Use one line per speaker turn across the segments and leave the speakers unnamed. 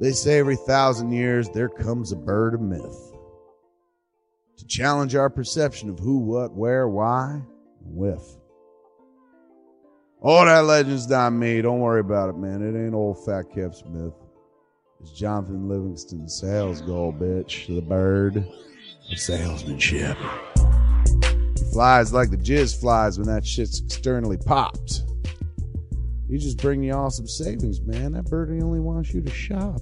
They say every thousand years there comes a bird of myth to challenge our perception of who, what, where, why, and with. Oh, that legend's not me. Don't worry about it, man. It ain't old Fat Cap Smith. It's Jonathan Livingston sales goal, bitch. The bird of salesmanship. He flies like the jizz flies when that shit's externally popped. He's just bringing y'all some savings, man. That bird only wants you to shop.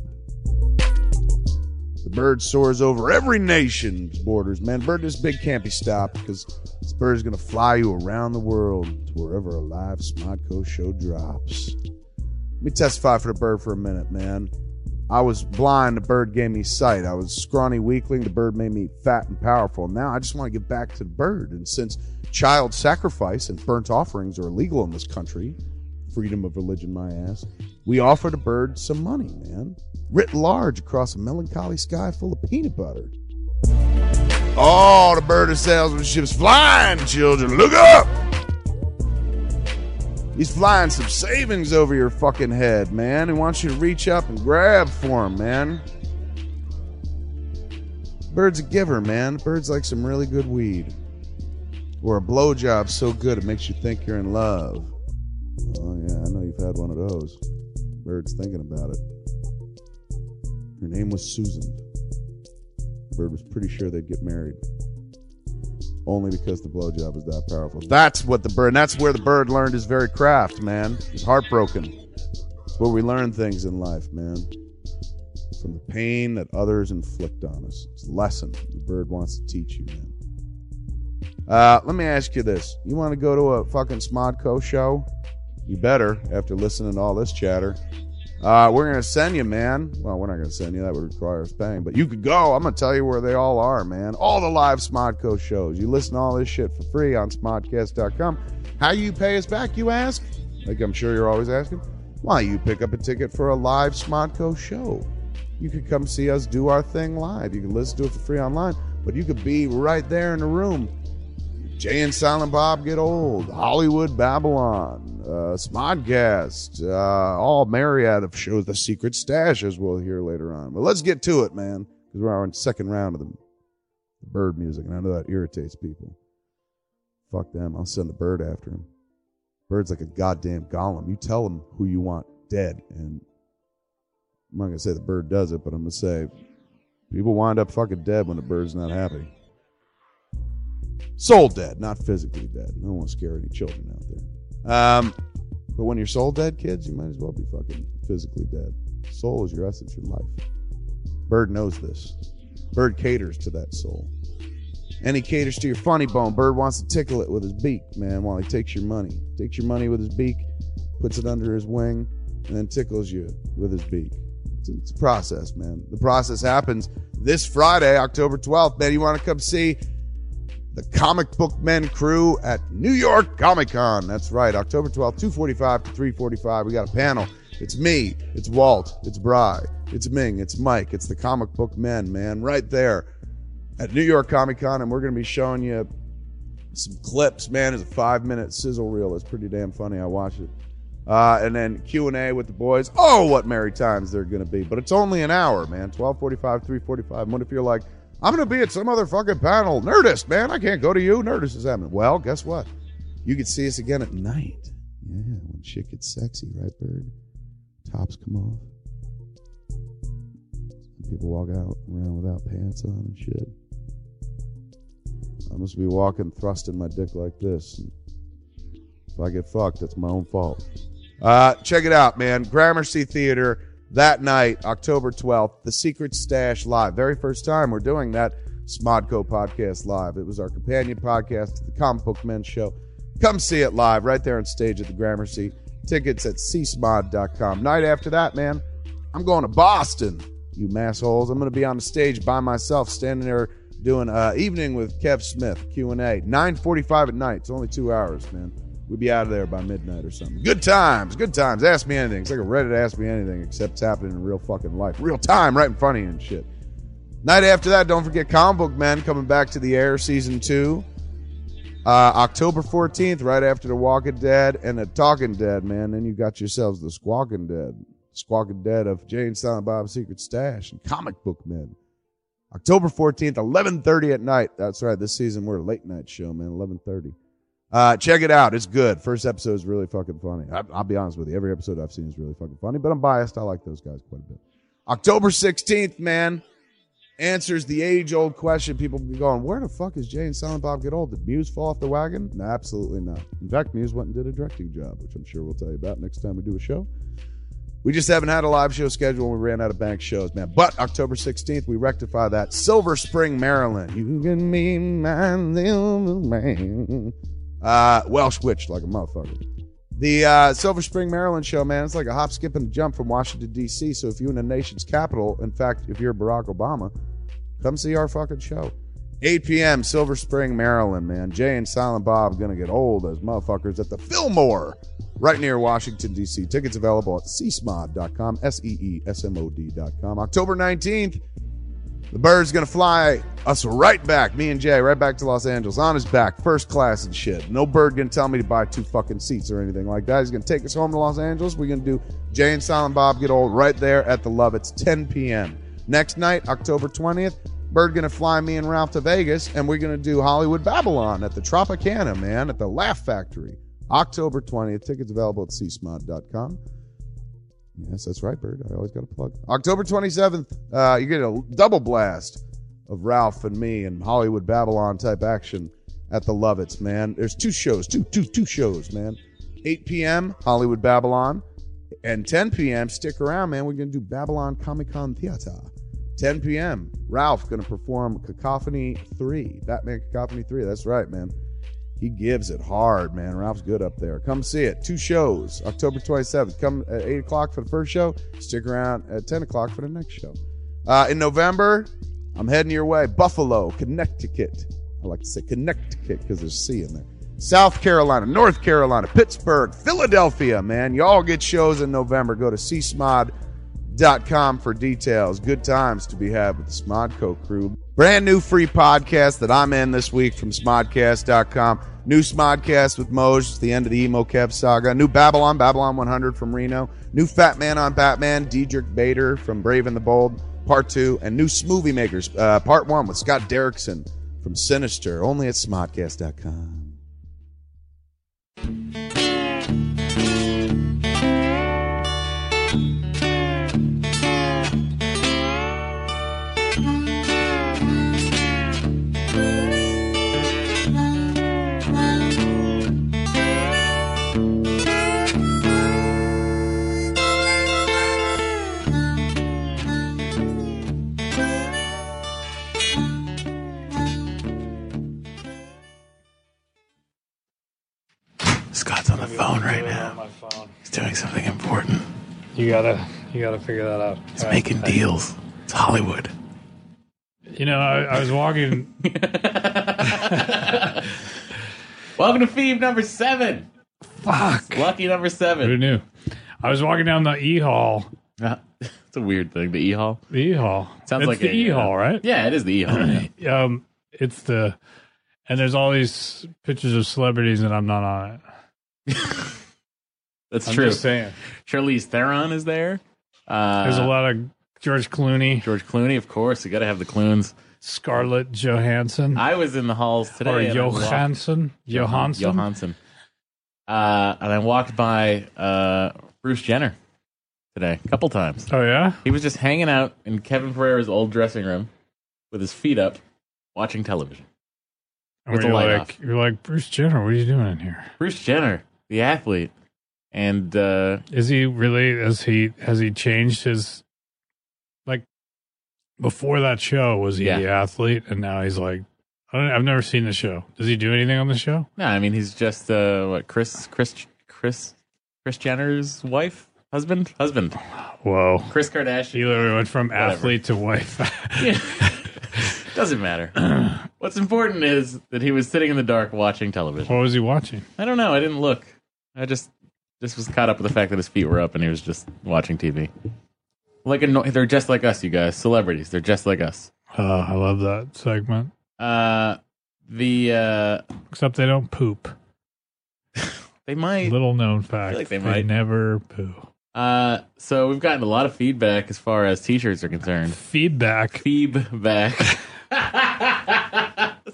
The bird soars over every nation's borders, man. Bird this big can't be stopped because this bird is going to fly you around the world to wherever a live Smodco show drops. Let me testify for the bird for a minute, man. I was blind, the bird gave me sight. I was scrawny weakling, the bird made me fat and powerful. Now I just want to give back to the bird. And since child sacrifice and burnt offerings are illegal in this country, freedom of religion, my ass. We offer the bird some money, man. Writ large across a melancholy sky full of peanut butter. Oh, the bird of salesmanship's flying, children. Look up! He's flying some savings over your fucking head, man. He wants you to reach up and grab for him, man. Bird's a giver, man. Bird's like some really good weed. Or a blowjob so good it makes you think you're in love. Oh yeah, I know you've had one of those. Bird's thinking about it. Her name was Susan. Bird was pretty sure they'd get married. Only because the blowjob is that powerful. That's what the bird that's where the bird learned his very craft, man. He's heartbroken. It's where we learn things in life, man. From the pain that others inflict on us. It's a lesson the bird wants to teach you, man. Uh, let me ask you this. You want to go to a fucking Smodco show? You better after listening to all this chatter. Uh, we're going to send you, man. Well, we're not going to send you. That would require us paying. But you could go. I'm going to tell you where they all are, man. All the live Smodco shows. You listen to all this shit for free on smodcast.com. How you pay us back, you ask? Like I'm sure you're always asking. Why, you pick up a ticket for a live Smodco show. You could come see us do our thing live. You can listen to it for free online, but you could be right there in the room Jay and Silent Bob Get Old, Hollywood Babylon, uh, Smodcast, uh, all myriad of shows, The Secret Stash, as we'll hear later on. But let's get to it, man, because we're on second round of the bird music, and I know that irritates people. Fuck them. I'll send a bird after him. Bird's like a goddamn golem. You tell him who you want dead, and I'm not going to say the bird does it, but I'm going to say people wind up fucking dead when the bird's not happy soul dead, not physically dead. I don't want to scare any children out there. Um, but when you're soul dead, kids, you might as well be fucking physically dead. Soul is your essence, your life. Bird knows this. Bird caters to that soul. And he caters to your funny bone. Bird wants to tickle it with his beak, man, while he takes your money. Takes your money with his beak, puts it under his wing, and then tickles you with his beak. It's, it's a process, man. The process happens this Friday, October 12th. Man, you want to come see the Comic Book Men crew at New York Comic Con. That's right, October 12th, 245 to 345. We got a panel. It's me, it's Walt, it's Bry, it's Ming, it's Mike, it's the Comic Book Men, man, right there at New York Comic Con. And we're going to be showing you some clips, man. It's a five minute sizzle reel. It's pretty damn funny. I watched it. Uh, and then Q&A with the boys. Oh, what merry times they're going to be. But it's only an hour, man. 1245, 345. What if you're like, I'm going to be at some other fucking panel. Nerdist, man. I can't go to you. Nerdist is happening. Well, guess what? You can see us again at night. Yeah, when shit gets sexy, right, Bird? Tops come off. People walk out around without pants on and shit. I must be walking, thrusting my dick like this. And if I get fucked, that's my own fault. Uh, check it out, man. Gramercy Theater that night, October 12th, The Secret Stash Live. Very first time we're doing that Smodco podcast live. It was our companion podcast to the Comic Book Men Show. Come see it live right there on stage at the Gramercy. Tickets at csmod.com. Night after that, man, I'm going to Boston, you massholes. I'm going to be on the stage by myself, standing there doing uh, evening with Kev Smith Q and A. 9:45 at night. It's only two hours, man we'd be out of there by midnight or something. Good times, good times. Ask me anything. It's like a Reddit ask me anything, except it's happening in real fucking life. Real time, right in front of you and shit. Night after that, don't forget Comic Book Man coming back to the air season two. Uh, October 14th, right after The Walking Dead and The Talking Dead, man. Then you got yourselves The Squawking Dead. Squawking Dead of Jane Silent Bob's Secret Stash and Comic Book Men. October 14th, 11:30 at night. That's right. This season we're a late night show, man. 11:30. Uh, check it out. It's good. First episode is really fucking funny. I, I'll be honest with you. Every episode I've seen is really fucking funny, but I'm biased. I like those guys quite a bit. October 16th, man, answers the age old question. People be going, where the fuck is Jay and Silent Bob get old? Did Muse fall off the wagon? No, absolutely not. In fact, Muse went and did a directing job, which I'm sure we'll tell you about next time we do a show. We just haven't had a live show schedule. We ran out of bank shows, man. But October 16th, we rectify that. Silver Spring, Maryland. You can be my little man. Uh, Welsh witch like a motherfucker. The uh, Silver Spring, Maryland show, man, it's like a hop, skip, and a jump from Washington, D.C. So if you're in the nation's capital, in fact, if you're Barack Obama, come see our fucking show. 8 p.m., Silver Spring, Maryland, man. Jay and Silent Bob gonna get old as motherfuckers at the Fillmore, right near Washington, D.C. Tickets available at csmod.com, S E E S M O D.com. October 19th, the bird's gonna fly us right back, me and Jay, right back to Los Angeles on his back, first class and shit. No bird gonna tell me to buy two fucking seats or anything like that. He's gonna take us home to Los Angeles. We're gonna do Jay and Silent Bob Get Old right there at the Love. It's 10 p.m. Next night, October 20th, Bird gonna fly me and Ralph to Vegas, and we're gonna do Hollywood Babylon at the Tropicana, man, at the Laugh Factory. October 20th. Tickets available at csmod.com. Yes, that's right, Bird. I always got to plug. October 27th, uh, you get a double blast of Ralph and me and Hollywood Babylon type action at the Lovitz, man. There's two shows, two, two, two shows, man. 8 p.m., Hollywood Babylon, and 10 p.m., stick around, man. We're going to do Babylon Comic Con Theater. 10 p.m., Ralph going to perform Cacophony 3, Batman Cacophony 3. That's right, man. He gives it hard, man. Ralph's good up there. Come see it. Two shows, October 27th. Come at 8 o'clock for the first show. Stick around at 10 o'clock for the next show. Uh, in November, I'm heading your way. Buffalo, Connecticut. I like to say Connecticut because there's C in there. South Carolina, North Carolina, Pittsburgh, Philadelphia, man. Y'all get shows in November. Go to csmod.com for details. Good times to be had with the Smodco crew. Brand new free podcast that I'm in this week from smodcast.com. New Smodcast with Moj, it's the end of the emo Kev saga. New Babylon, Babylon 100 from Reno. New Fat Man on Batman, Diedrich Bader from Brave and the Bold part two, and new Smoothie Makers, uh, part one with Scott Derrickson from Sinister, only at smodcast.com.
Scott's on the phone right now.
My phone.
He's doing something important.
You gotta, you gotta figure that out.
He's making deals. It's Hollywood.
You know, I, I was walking.
Welcome to Phoebe number seven.
fuck.
Lucky number
Who
seven.
knew? I was walking down the E hall.
It's a weird thing. The E Hall
The E hall.
sounds
it's
like
the
a,
E hall,
uh,
right?
Yeah, it is the E Hall. yeah.
Um, it's the, and there's all these pictures of celebrities, and I'm not on it.
That's
I'm
true.
just saying.
Charlize Theron is there. Uh,
There's a lot of George Clooney,
George Clooney, of course. You got to have the Cloons.
Scarlett Johansson,
I was in the halls today.
or
and I walked-
Johansson, Johansson.
Johansson. Uh, and I walked by uh, Bruce Jenner today a couple times.
Oh yeah,
He was just hanging out in Kevin Pereira's old dressing room with his feet up, watching television.
And
With the
you're
light
like,
off.
you're like Bruce Jenner. What are you doing in here?
Bruce Jenner, the athlete, and uh,
Is he really? Has he has he changed his like before that show? Was he
Yeah.
the athlete, and now he's like, I don't. I've never seen the show. Does he do anything on the show?
no, I mean he's just uh, what Chris Chris Chris Chris Jenner's wife, husband, husband,
Whoa!
Chris Kardashian.
He literally went from
Whatever.
athlete to wife.
Yeah. Doesn't matter. What's important is that he was sitting in the dark watching television.
what was he watching?
I don't know. I didn't look. I just just was caught up with the fact that his feet were up and he was just watching TV. Like a no- they're just like us, you guys. Celebrities, they're just like us.
Oh, I love that segment.
Uh, the uh,
Except they don't poop.
they might.
Little known fact:
like they
they
might.
never poo.
Uh, so we've gotten a lot of feedback as far as t-shirts are concerned.
Feedback.
Feedback.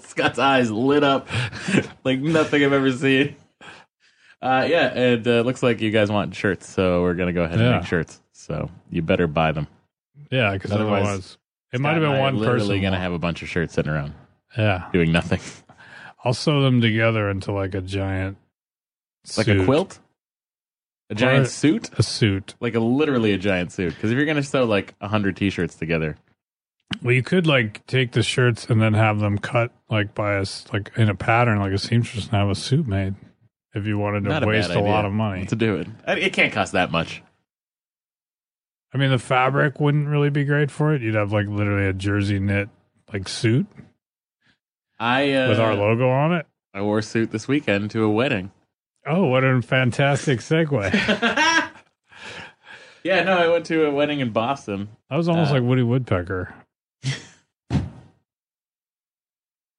Scott's eyes lit up like nothing I've ever seen. Uh, yeah, and uh, looks like you guys want shirts, so we're gonna go ahead and
Yeah.
make shirts. So you better buy them.
Yeah, because
Otherwise,
otherwise, it might have been one
literally
person.
gonna have a bunch of shirts sitting around
yeah,
doing nothing.
I'll sew them together into like a giant,
Like a
suit.
quilt, a giant
Or-
suit,
a suit.
like a literally a giant suit. Because if you're gonna sew like hundred t-shirts together,
Well, you could like take the shirts and then have them cut like by us, like in a pattern, like a seamstress, and have a suit made. If you wanted to
Not a bad
waste a, lot
idea.
of money,
to do it, it can't cost that much.
I mean, the fabric wouldn't really be great for it. You'd have like literally a jersey knit like suit
I uh,
with our logo on it.
I wore a suit this weekend to a wedding.
Oh, what a fantastic segue!
yeah, no, I went to a wedding in Boston.
That was almost
Uh,
like Woody Woodpecker.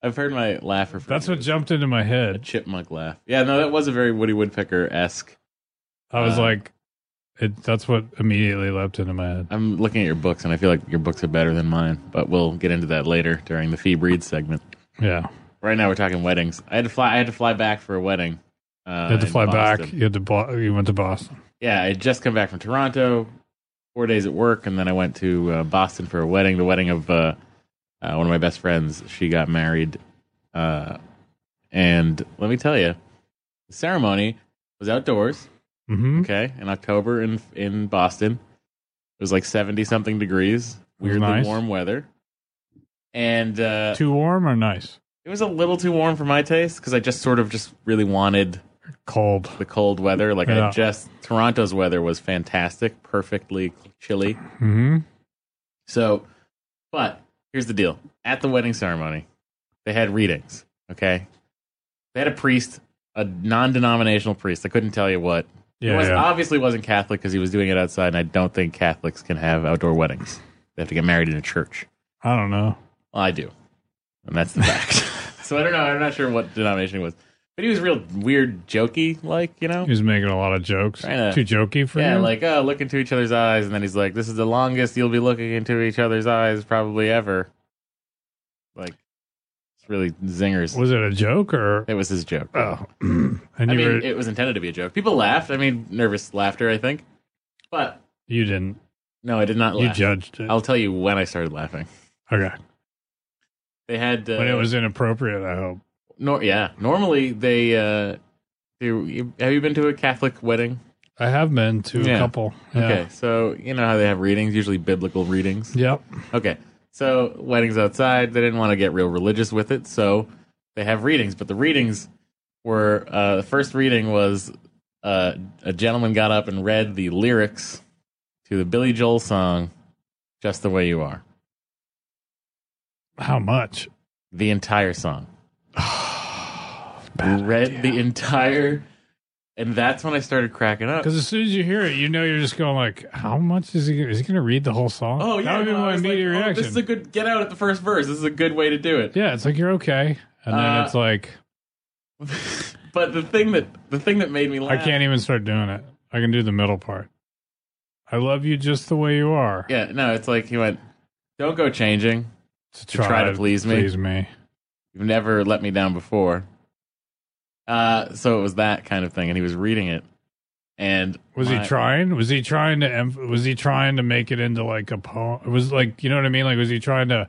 I've heard my laugh referred
That's
to
what
as
jumped into my
a
head.
chipmunk laugh. Yeah, no, that was a very Woody Woodpecker esque.
I was
Uh,
like, it, that's what immediately leapt into my head.
I'm looking at your books, and I feel like your books are better than mine. But we'll get into that later during the fee breed segment.
Yeah.
Right now, we're talking weddings. I had to fly. I had to fly back for a wedding. Uh,
You had to
in
fly back.
Boston.
You had to, Bo- you went to Boston.
yeah, I had just come back from Toronto, four days at work, and then I went to uh, Boston for a wedding. The wedding of uh, uh, one of my best friends. She got married, uh, and let me tell you, the ceremony was outdoors.
Mm-hmm.
Okay, in October in in Boston, it was like seventy something degrees,
was
weirdly
nice.
warm weather, and uh,
Too warm or nice?
it was a little too warm for my taste because I just sort of just really wanted
Cold.
the cold weather. Like I
Yeah.
just Toronto's weather was fantastic, perfectly chilly.
Mm-hmm.
So, but here's the deal: at the wedding ceremony, they had readings. Okay, they had a priest, a non-denominational priest. I couldn't tell you what. He
Yeah.
was,
yeah.
obviously wasn't Catholic because he was doing it outside, and I don't think Catholics can have outdoor weddings. They have to get married in a church.
I don't know.
Well, I do, and that's the fact. so I don't know. I'm not sure what denomination he was, but he was real weird, jokey, like you know.
He was making a lot of jokes.
Trying to-
Too jokey for
Yeah,
you?
like oh, look into each other's eyes, and then he's like, "This is the longest you'll be looking into each other's eyes probably ever." Like, it's really zingers.
was it a joke or?
it was his joke.
Oh. and
I
you
mean,
were,
it was intended to be a joke. People laughed. I mean, nervous laughter, I think. But
you didn't.
no, I did not
You
laugh.
judged it.
I'll tell you when I started laughing.
okay.
They had uh,
When it was inappropriate, I hope.
nor- yeah. Normally they uh, they have you been to a Catholic wedding?
I have been to
Yeah.
a couple. Yeah.
Okay, so you know how they have readings, usually biblical readings.
Yep.
Okay. So weddings outside, they didn't want to get real religious with it, so they have readings. But the readings were uh, the first reading was uh, a gentleman got up and read the lyrics to the Billy Joel song "Just the Way You Are,"
How much?
the entire song. read the entire, and that's when I started cracking up.
Because as soon as you hear it, you know you're just going like, "How much is he? Gonna, is he going to read the whole song?"
Oh
that
yeah,
would be
no, I
my
was like,
immediate
"Oh,
reaction.
this is a good get out at the first verse. This is a good way to do it.
yeah, it's like you're okay, and then
Uh,
it's like
But the thing that the thing that made me
I
laugh.
can't even start doing it. I can do the middle part. I love you just the way you are.
Yeah, no, it's like he went, "Don't go changing.
to
try to please me.
Please me.
You've never let me down before." Uh, so it was that kind of thing, and he was reading it, and
Was
my-
he trying? Was he trying to? emph- Was he trying to make it into like a poem? It was like you know what I mean. Like was he trying to?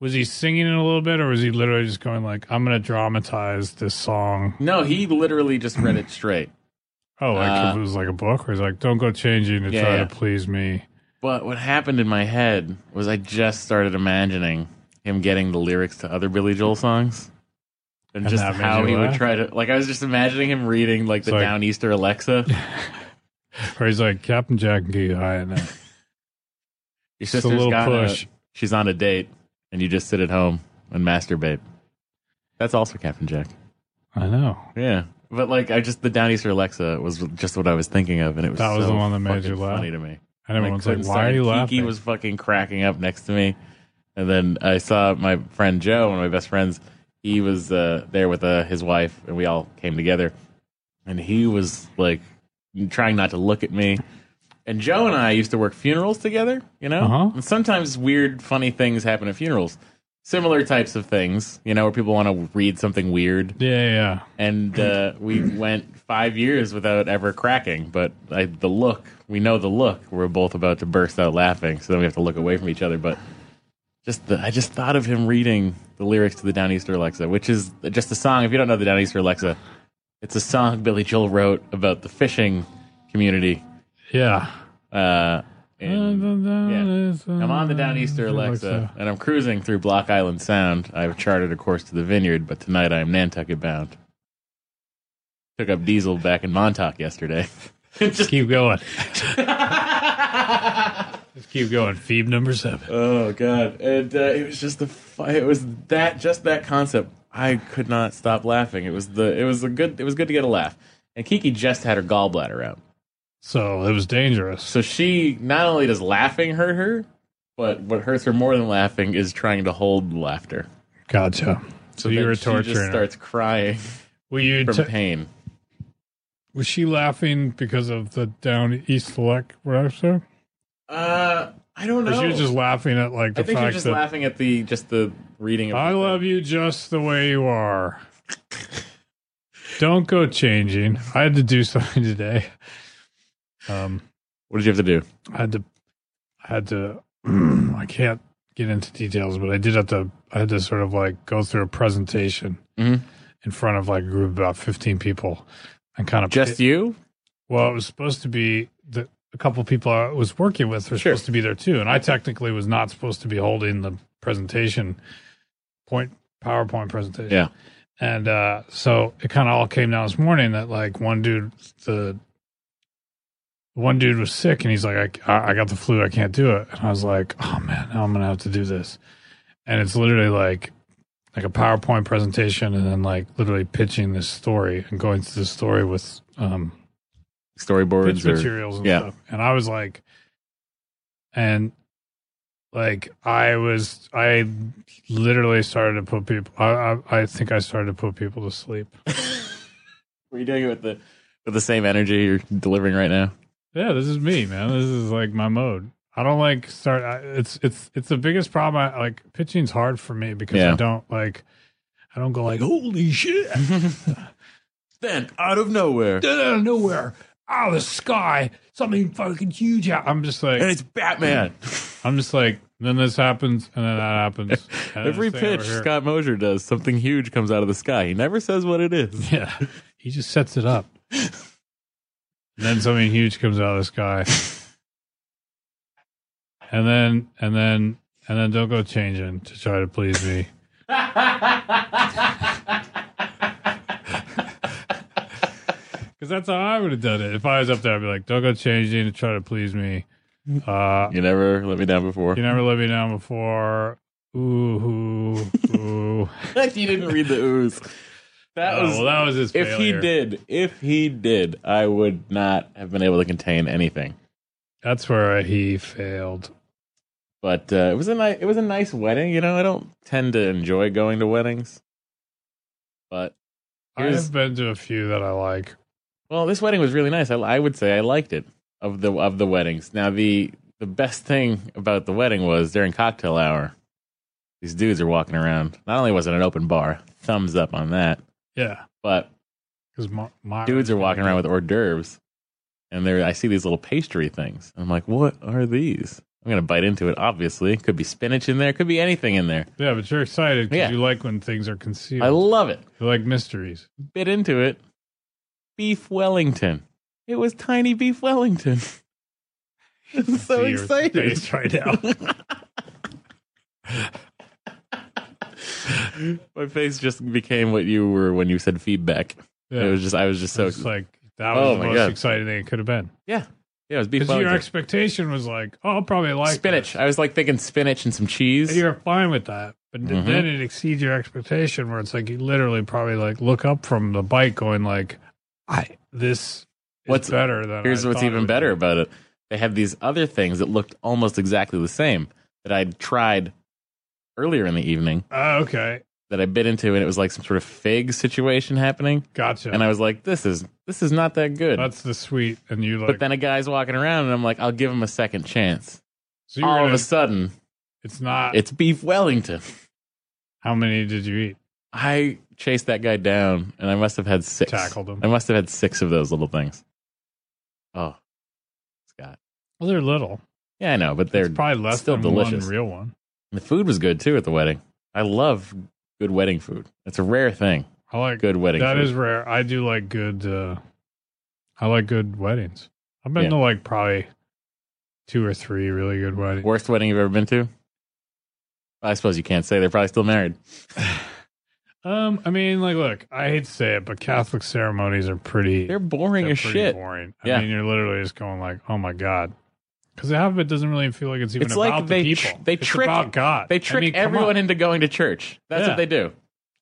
Was he singing it a little bit, or was he literally just going like, "I'm going to dramatize this song"?
No, he literally just read it straight.
Oh, like
Uh,
if it was like a book, or he's like, "Don't go changing to
Yeah,
try
yeah.
to please me."
But what happened in my head was I just started imagining him getting the lyrics to other Billy Joel songs. And,
And
just
that made
how
you
he would
laugh?
try to like I was just imagining him reading like the
It's like-
Down Easter Alexa.
Or he's like, "Captain Jack and Gee, I know."
Your
Just a
sister's
little
got a-
push.
she's on a date and you just sit at home and masturbate. That's also Captain Jack.
I know.
Yeah. But like I just the Down Easter Alexa was just what I was thinking of and it was
That was
so
the one that made
fucking
you laugh.
funny to me. I
And everyone's
couldn't
like, "Why
stop
are
it.
you
Kiki
laughing?"
was fucking cracking up next to me, and then I saw my friend Joe, one of my best friends. He was uh, there with uh, his wife, and we all came together. And he was like trying not to look at me, And Joe and I used to work funerals together, you know?
Uh-huh.
And sometimes weird, funny things happen at funerals. Similar types of things, you know, where people want to read something weird.
Yeah, yeah, yeah.
And uh, we went five years without ever cracking. But I, the look, we know the look. We're both about to burst out laughing. So then we have to look away from each other. But just the, I just thought of him reading the lyrics to the Downeaster Alexa, which is just a song. If you don't know the Downeaster Alexa, it's a song Billy Joel wrote about the fishing community.
yeah.
Uh, in-
yeah.
I'm on the Downeaster
Mm,
Alexa, and I'm cruising through Block Island Sound. I've charted a course to the vineyard, but tonight I am Nantucket bound. Took up diesel back in Montauk yesterday. Just-
Keep going. Just keep going. Phoebe number seven.
oh god! And uh, it was just the fu- it was that just that concept. I could not stop laughing. It was the it was a good it was good to get a laugh. And Kiki just had her gallbladder out.
So it was dangerous.
So she not only does laughing hurt her, but what hurts her more than laughing is trying to hold laughter.
Gotcha. So you
then
were
she
torturing
Just
her.
starts crying
Were you?
from
t-
pain.
was she laughing because of the down East Select Alexa?
Uh, I don't
Or
know.
she was just laughing at
I
like the
think you're
fact
just
that
laughing at the just the reading. Of
I
the thing.
love you just the way you are. Don't go changing. I had to do something today. Um,
What did you have to do?
I had to, I had to, I can't get into details, but I did have to, I had to sort of like go through a presentation
Mhm.
in front of like a group of about 15 people and kind of
Just you?
Well, it was supposed to be the a couple people I was working with were
Sure.
supposed to be there too, and I technically was not supposed to be holding the presentation, point PowerPoint presentation.
Yeah.
and uh, so it kind of all came down this morning that like one dude the one dude was sick and he's like I, I got the flu I can't do it and I was like oh man now I'm gonna have to do this and it's literally like like a PowerPoint presentation and then like literally pitching this story and going through the story with um
Storyboards
pitch
or
materials and
yeah.
stuff. And I was like, and like I was, I literally started to put people. I I, I think I started to put people to sleep.
were you doing it with the with the same energy you're delivering right now?
Yeah, this is me, man. This is like my mode. I don't like start. I, it's it's it's the biggest problem. I, like pitching's hard for me because
Yeah.
I don't like. I don't go like holy shit
Then out of nowhere,
out of nowhere out of the sky something fucking huge. out." I'm just like
and it's Batman.
I'm just like, then this happens, and then that happens. and then
Every
this thing
pitch
over here.
Scott Mosier does, something huge comes out of the sky. He never says what it is.
yeah, he just sets it up. and then something huge comes out of the sky, and then and then and then don't go changing to try to please me. Because that's how I would have done it if I was up there. I'd be like, don't go changing to try to please me. Uh,
You never let me down before.
you never let me down before. Ooh, ooh, ooh.
you didn't read the ooze. That
Oh,
was
well, that was his.
if he
failure.
did, if he did, I would not have been able to contain anything.
that's where he failed.
But uh, it was a nice, it was a nice wedding. You know, I don't tend to enjoy going to weddings, but
I
Here's-
have been to a few that I like.
well, this wedding was really nice. I, I would say I liked it of the of the weddings. Now the the best thing about the wedding was during cocktail hour, these dudes are walking around. Not only was it an open bar, thumbs up on that,
Yeah,
but
because my, my
dudes are walking around with hors d'oeuvres and there I see these little pastry things. I'm like, what are these? I'm gonna bite into it, obviously. Could be spinach in there, could be anything in there.
Yeah, but you're excited because
Yeah.
you like when things are concealed.
I love it.
you like mysteries.
Bit into it. Beef Wellington. It was tiny beef Wellington. I'm so
See your
excited.
face right now.
My face just became what you were when you said feedback.
Yeah.
It was just I was just so
It's like that was
Oh
the
my
most
God.
exciting thing it could have been.
Yeah. Yeah, it was beef
Because your
Wellington.
expectation was like, oh, I'll probably like
spinach.
this.
I was like thinking spinach and some cheese.
And you're fine with that, but th-
Mhm.
then it exceeds your expectation where it's like you literally probably like look up from the bike going like, I this. is
What's-
better than
Here's
I
what's
thought it
even
would
better
be.
about it. They have these other things that looked almost exactly the same that I'd tried earlier in the evening
Oh, okay.
that I bit into, and it was like some sort of fig situation happening.
Gotcha.
And I was like, this is this is not that good.
That's the sweet, and you like.
but then a guy's walking around, and I'm like, I'll give him a second chance.
so you
All
were
of
gonna,
a sudden,
it's not.
it's beef Wellington.
how many did you eat?
I chased that guy down, and I must have had six.
Tackled him.
I must have had six of those little things. Oh, Scott.
Well, they're little.
Yeah, I know, but
They're
they're
it's probably less
still
than
delicious.
one real one.
the food was good too at the wedding. I love good wedding food. It's a rare thing.
I like
Good wedding.
That
food.
is rare. I do like good. uh I like good weddings. I've been
Yeah.
to like probably two or three really good weddings.
worst wedding you've ever been to. I suppose you can't say they're probably still married.
Um, I mean, like, look, I hate to say it, but Catholic ceremonies are pretty.
They're boring
they're
as
pretty
shit.
Boring.
Yeah.
I mean, you're literally just going like, "Oh my god," because half of it doesn't really feel like it's even
It's
about
like
the
they tr-
people.
they
it's
trick-
about God. I
They trick
mean, come
everyone
on.
into going to church. That's
Yeah.
what they do.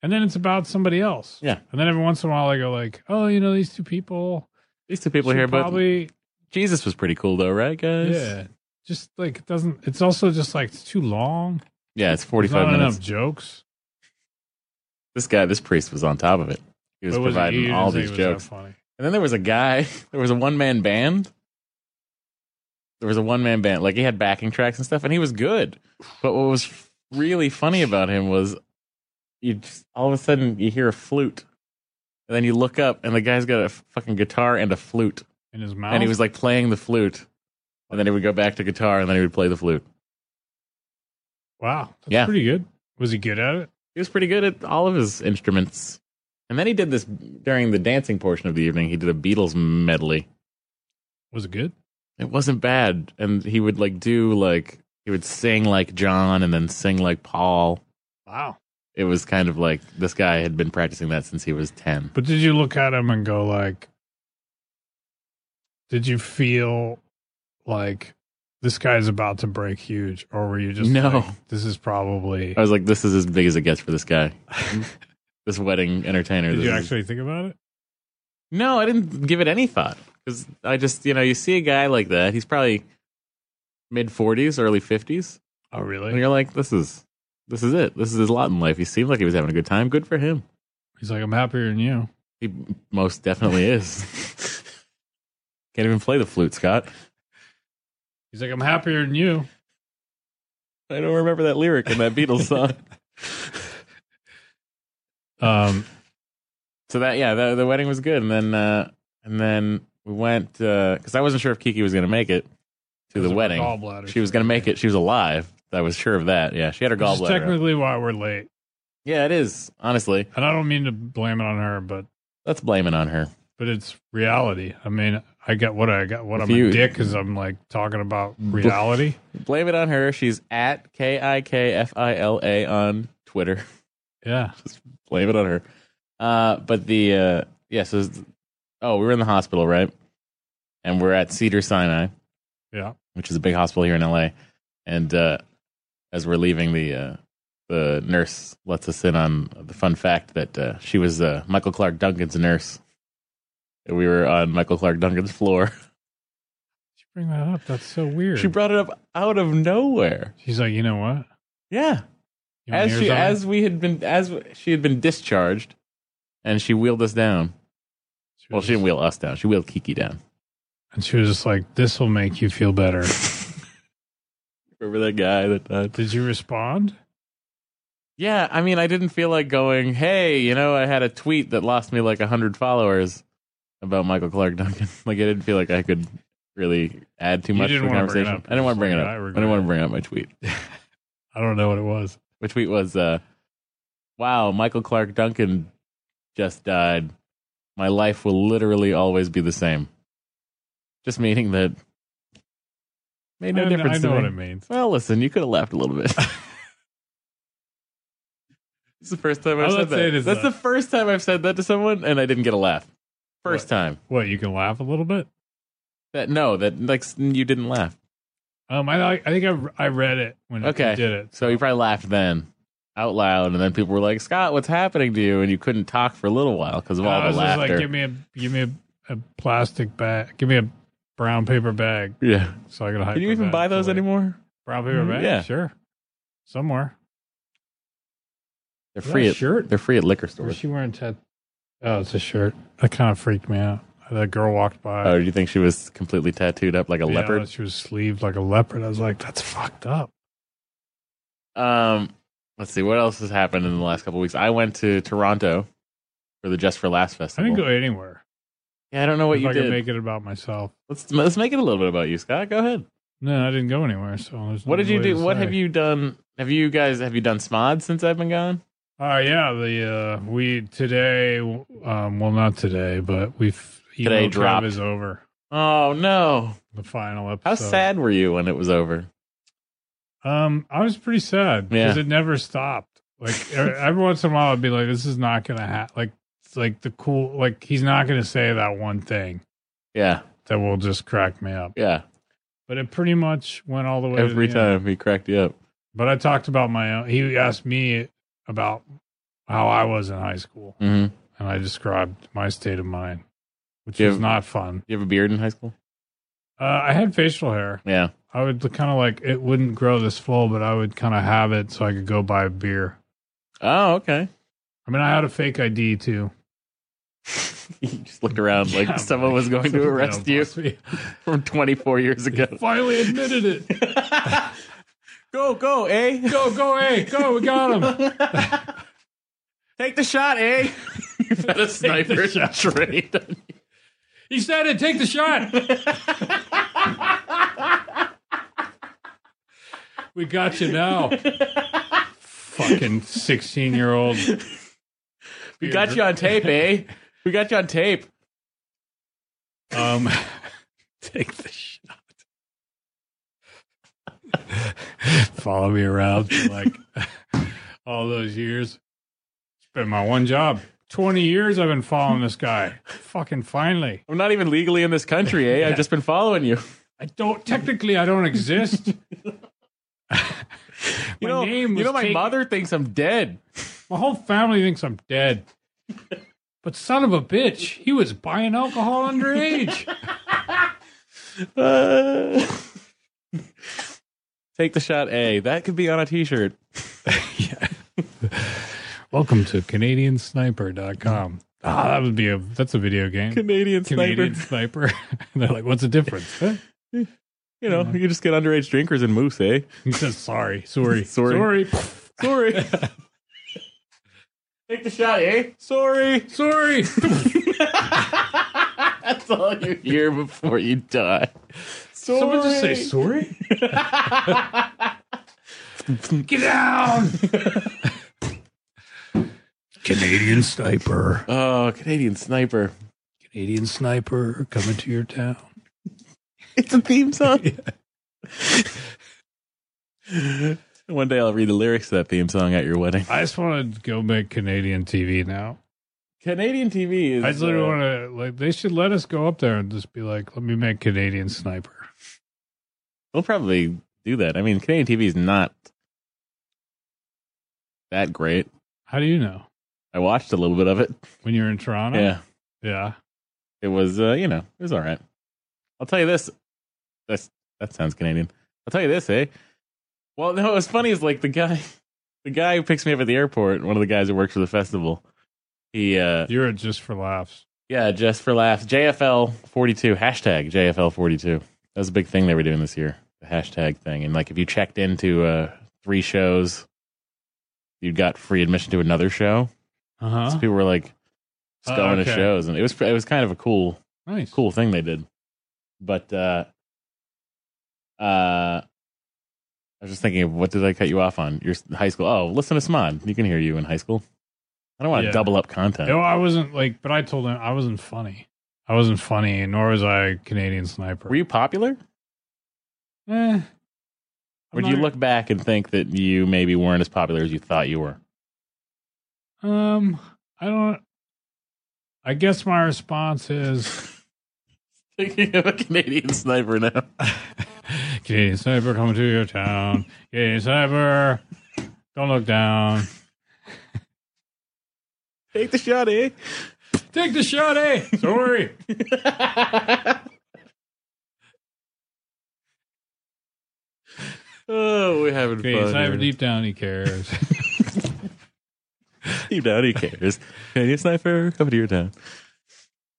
and then it's about somebody else.
Yeah.
and then every once in a while, I go like, "Oh, you know, these two people."
These two people
should
here, but
probably,
Jesus was pretty cool though, right, guys?
yeah. Just like it doesn't. It's also just like it's too long.
Yeah, it's
There's not
45 minutes.
enough jokes.
This guy, this priest was on top of it. He was
But it-
providing
you didn't
all
say
these
it was that
jokes.
Funny.
And then there was a guy, there was a one man band. There was a one man band. Like he had backing tracks and stuff, and he was good. But what was really funny about him was you just, all of a sudden you hear a flute. And then you look up, and the guy's got a fucking guitar and a flute.
In his mouth,
And he was like playing the flute. And then he would go back to guitar, and then he would play the flute.
"Wow, that's
Yeah.
pretty good." Was he good at it?
He was pretty good at all of his instruments. And then he did this during the dancing portion of the evening. He did a Beatles medley.
Was it good?
It wasn't bad. And he would like do like he would sing like John and then sing like Paul.
Wow.
It was kind of like this guy had been practicing that since he was 10.
But did you look at him and go like, did you feel like this guy's about to break huge, or were you just
No.
like, this is probably?
I was like this is as big as it gets for this guy. this wedding entertainer.
Did
this
you
is-
actually think about it?
No, I didn't give it any thought cuz I just, you know, you see a guy like that, he's probably mid 40s, early 50s.
Oh,
And
really?
you're like, this is this is it. This is his lot in life. He seemed like he was having a good time. Good for him.
He's like, I'm happier than you.
He most definitely is. Can't even play the flute, Scott.
He's like, I'm happier than you.
I don't remember that lyric in that Beatles song.
Um,
So that yeah, the, the wedding was good, and then uh, and then we went because I wasn't sure if Kiki was going to make it to the wedding.
Gallbladder.
She was going to make it. She was alive. I was sure of that. Yeah, she had her
Which is
gallbladder. out.
technically why we're late,
Yeah, it is. Honestly,
and I don't mean to blame it on her, but
let's blame it on her.
but it's reality. I mean, I got what I got. What
If
I'm
you-
a dick because I'm like talking about reality.
Blame it on her. She's at K I K F I L A on Twitter.
yeah.
blame it on her. Uh, but the uh, yeah, so oh, we were in the hospital, right? And we're at Cedar Sinai,
Yeah.
which is a big hospital here in LA. And uh, as we're leaving, the uh, the nurse lets us in on the fun fact that uh, she was uh, Michael Clark Duncan's nurse. And We were on Michael Clark Duncan's floor.
She bring that up. That's so weird.
She brought it up out of nowhere.
She's like, you know what?
Yeah,
You want
as
yours
she
on?
as we had been as she had been discharged, and she wheeled us down.
She
Well,
was
she didn't
just-
wheel us down. She wheeled Kiki down.
And she was just like, "This will make you feel better."
Remember that guy that died?
Did you respond?
Yeah, I mean, I didn't feel like going, hey, you know, I had a tweet that lost me like 100 followers about Michael Clark Duncan. like, I didn't feel like I could really add too
You
much to
didn't
the
wanna bring it
conversation.
up.
I didn't want to bring it
Like,
up.
I
I,
regret
didn't want
it.
to bring up my tweet.
I don't know what it was.
My tweet was, uh, wow, Michael Clark Duncan just died. My life will literally always be the same. Just meaning that made no
I, kn- I
difference
know
to me.
what it means.
Well, listen, you could have laughed a little bit. It's the first time I've
All
said
I'd say
that.
is uh,
That's
that-
the first time I've said that to someone, and I didn't get a laugh. First
What?
time.
What you can laugh a little bit.
That no, that like s- you didn't laugh.
Um, I I think I, I read it when
Okay.
you did it.
So you probably laughed then, out loud, and then people were like, "Scott, what's happening to you?" And you couldn't talk for a little while because of
I
all
was
the
just like,
laughter.
give me a give me a, a plastic bag, give me a brown paper bag,
yeah.
so I can.
Can you even buy those anymore? Mm-hmm.
Brown paper
Mhm.
bag,
Yeah.
sure, somewhere.
They're
that
free
a
at
shirt?
They're free at liquor
Where's
stores.
she wearing tat? Oh, it's a shirt. That kind of freaked me out. That girl walked by.
Oh, do you think she was completely tattooed up like a
Yeah,
leopard?
She was sleeved like a leopard. I was like, that's fucked up.
Um, let's see what else has happened in the last couple weeks. I went to Toronto for the Just for Last
I
festival.
didn't go anywhere.
Yeah, I don't know what
if
you
I
did.
could make it about myself.
let's let's make it a little bit about you, Scott. Go ahead.
No, I didn't go anywhere. So there's
What
no
did you
way
do?
to
What
say.
have you done? Have you guys have you done smod since I've been gone?
Uh, yeah, the uh, we today. Um, well, not today, but we've
Today
Emo Cave
dropped.
is over
Oh no!
the final episode.
How sad were you when it was over?
Um, I was pretty sad because it never stopped. Like e- every once in a while, I'd be like, "This is not gonna happen." Like, it's like the cool, like he's not gonna say that one thing
Yeah,
that will just crack me up.
yeah.
But it pretty much went all the way to
Every
the end.
time he cracked you up.
But I talked about my own. He asked me about how I was in high school,
hmm
and I described my state of mind, which
Do you
was
have-
not fun.
You have a beard in high school?
Uh, I had facial hair.
Yeah.
I would kind of like it wouldn't grow this full, but I would kind of have it so I could go buy a beer.
Oh, okay.
I mean, I had a fake ID too.
you just looked around like
Yeah,
someone
Mike.
was going to
Someone
arrest you
bust me.
from 24 years ago.
Finally admitted it.
go, go, eh?
Go, go, hey, go, we got him.
Take the shot, eh? You've had a sniper
shot.
trained on you.
He said it. Take the shot. we got you now. Fucking sixteen-year-old.
We got you on tape, eh? We got you on tape.
Um, take the shot. Follow me around for like all those years. It's been my one job. 20 years I've been following this guy. Fucking finally.
I'm not even legally in this country, eh? I've just been following you.
I don't, technically, I don't exist.
You
My
know,
name
you
was
know, my
taken-
mother thinks I'm dead.
My whole family thinks I'm dead. But son of a bitch, he was buying alcohol underage.
Uh, take the shot, eh? That could be on a T-shirt.
Welcome to CanadianSniper.com. Ah, that would be a that's a video game.
Canadian sniper.
Canadian sniper. And They're like, what's the difference? Huh?
You know, you just get underage drinkers and moose, eh?
He says, sorry, sorry,
Sorry.
sorry,
Sorry. Take the shot, eh? Sorry.
sorry.
That's all you hear before you die. Sorry.
Someone just say sorry. Get down. Canadian sniper.
Oh, Canadian sniper.
Canadian sniper coming to your town.
It's a theme song. One day I'll read the lyrics to that theme song at your wedding.
I just want to go make Canadian TV now.
Canadian TV is.
I just literally
uh,
want to like. They should let us go up there and just be like, "Let me make Canadian sniper."
We'll probably do that. I mean, Canadian TV is not that great.
How do you know
I watched a little bit of it.
when you're in Toronto?
Yeah,
yeah.
it was. Uh, you know, it was all right. I'll tell you this. That's that sounds Canadian. I'll tell you this, eh? Well, no. What's funny is like the guy, the guy who picks me up at the airport. One of the guys who works for the festival. He, uh
You're at just for laughs.
yeah, just for laughs. JFL forty two hashtag JFL forty two. That was a big thing they were doing this year. The hashtag thing, and like if you checked into uh three shows, you got free admission to another show. So
Uh huh.
people were like just
Oh,
going to
okay.
shows, and it was it was kind of a cool
Nice.
cool thing they did. But uh, uh, I was just thinking, of what did I cut you off on? Your s- high school? Oh, listen to Smod. You can hear you in high school. I don't want to
Yeah.
double up content.
No, I wasn't like, but I told him I wasn't funny. I wasn't funny, nor was I a Canadian sniper.
Were you popular?
Eh, I'm
Or do you
not-
look back and think that you maybe weren't as popular as you thought you were?
Um, I don't. I guess my response is
Thinking of a Canadian sniper now.
Canadian sniper coming to your town. Canadian sniper, don't look down.
Take the shot, eh?
Take the shot, eh? Sorry.
oh, we're having
Canadian
fun.
sniper
Oh, here.
deep down, he cares.
deep down, who cares? Canadian sniper, coming to your town.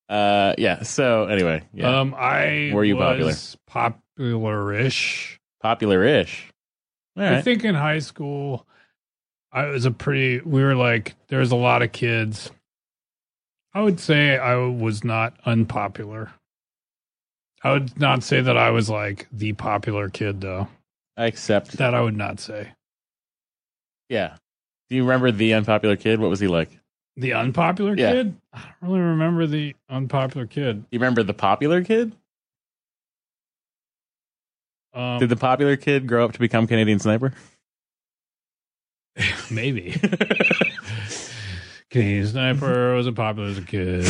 Uh, yeah. So anyway, yeah,
Um, I
Were you
was popular? Popular-ish.
popular-ish. All
I
right.
think in high school, I was a pretty. We were like there was a lot of kids. I would say I was not unpopular. I would not say that I was like the popular kid though.
I accept.
That I would not say.
Yeah. Do you remember the unpopular kid? What was he like? Do
The unpopular
Yeah.
kid? I don't really remember the unpopular kid.
you remember the popular kid?
Um,
Did the popular kid grow up to become Canadian sniper?
maybe. Canadian
Mm-hmm.
Sniper wasn't popular as a kid.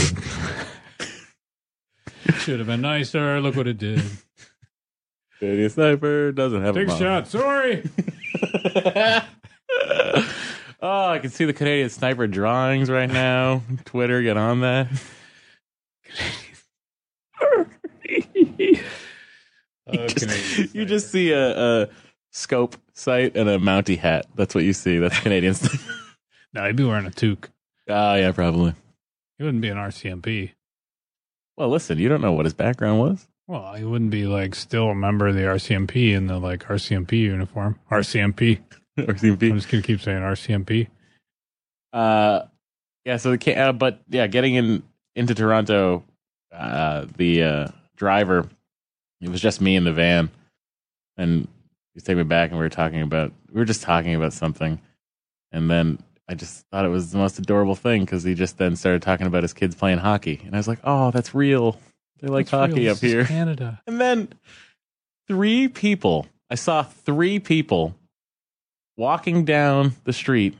Should have been nicer. Look what it did.
Canadian sniper doesn't have
Big
a mom.
shot. Sorry.
oh, I can see the Canadian sniper drawings right now. Twitter, get on that.
Uh, Canadian
You
Sniper.
just see a, a scope sight and a Mountie hat. That's what you see. That's Canadian sniper.
no, he'd be wearing a toque.
oh yeah, probably.
He wouldn't be an RCMP.
Well, listen, you don't know what his background was.
Well, he wouldn't be like still a member of the RCMP in the like RCMP uniform. RCMP.
or CMP.
I'm just gonna keep saying RCMP.
uh yeah so the ca- uh, but yeah getting in into toronto uh the uh driver it was just me in the van and he's taking me back and we were talking about we were just talking about something and then i just thought it was the most adorable thing because he just then started talking about his kids playing hockey and i was like oh that's real they like
That's
hockey
real.
up
This is
here
Canada.
and then three people, I saw three people walking down the street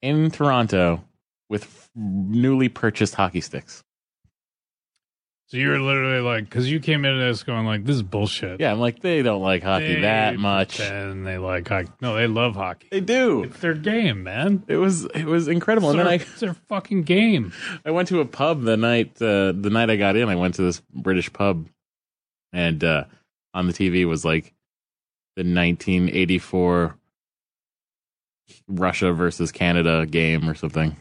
in Toronto with f- newly purchased hockey sticks.
So you were literally like, because you came into this going like, this is bullshit.
Yeah, I'm like, they don't like hockey
They
that much.
And they like hockey. No, they love hockey.
They do.
It's their game, man.
It was it was incredible.
It's
And then
their,
I,
it's their fucking game.
I went to a pub the night uh, the night I got in. I went to this British pub, and uh, on the TV was like the 1984 Russia versus Canada game or something.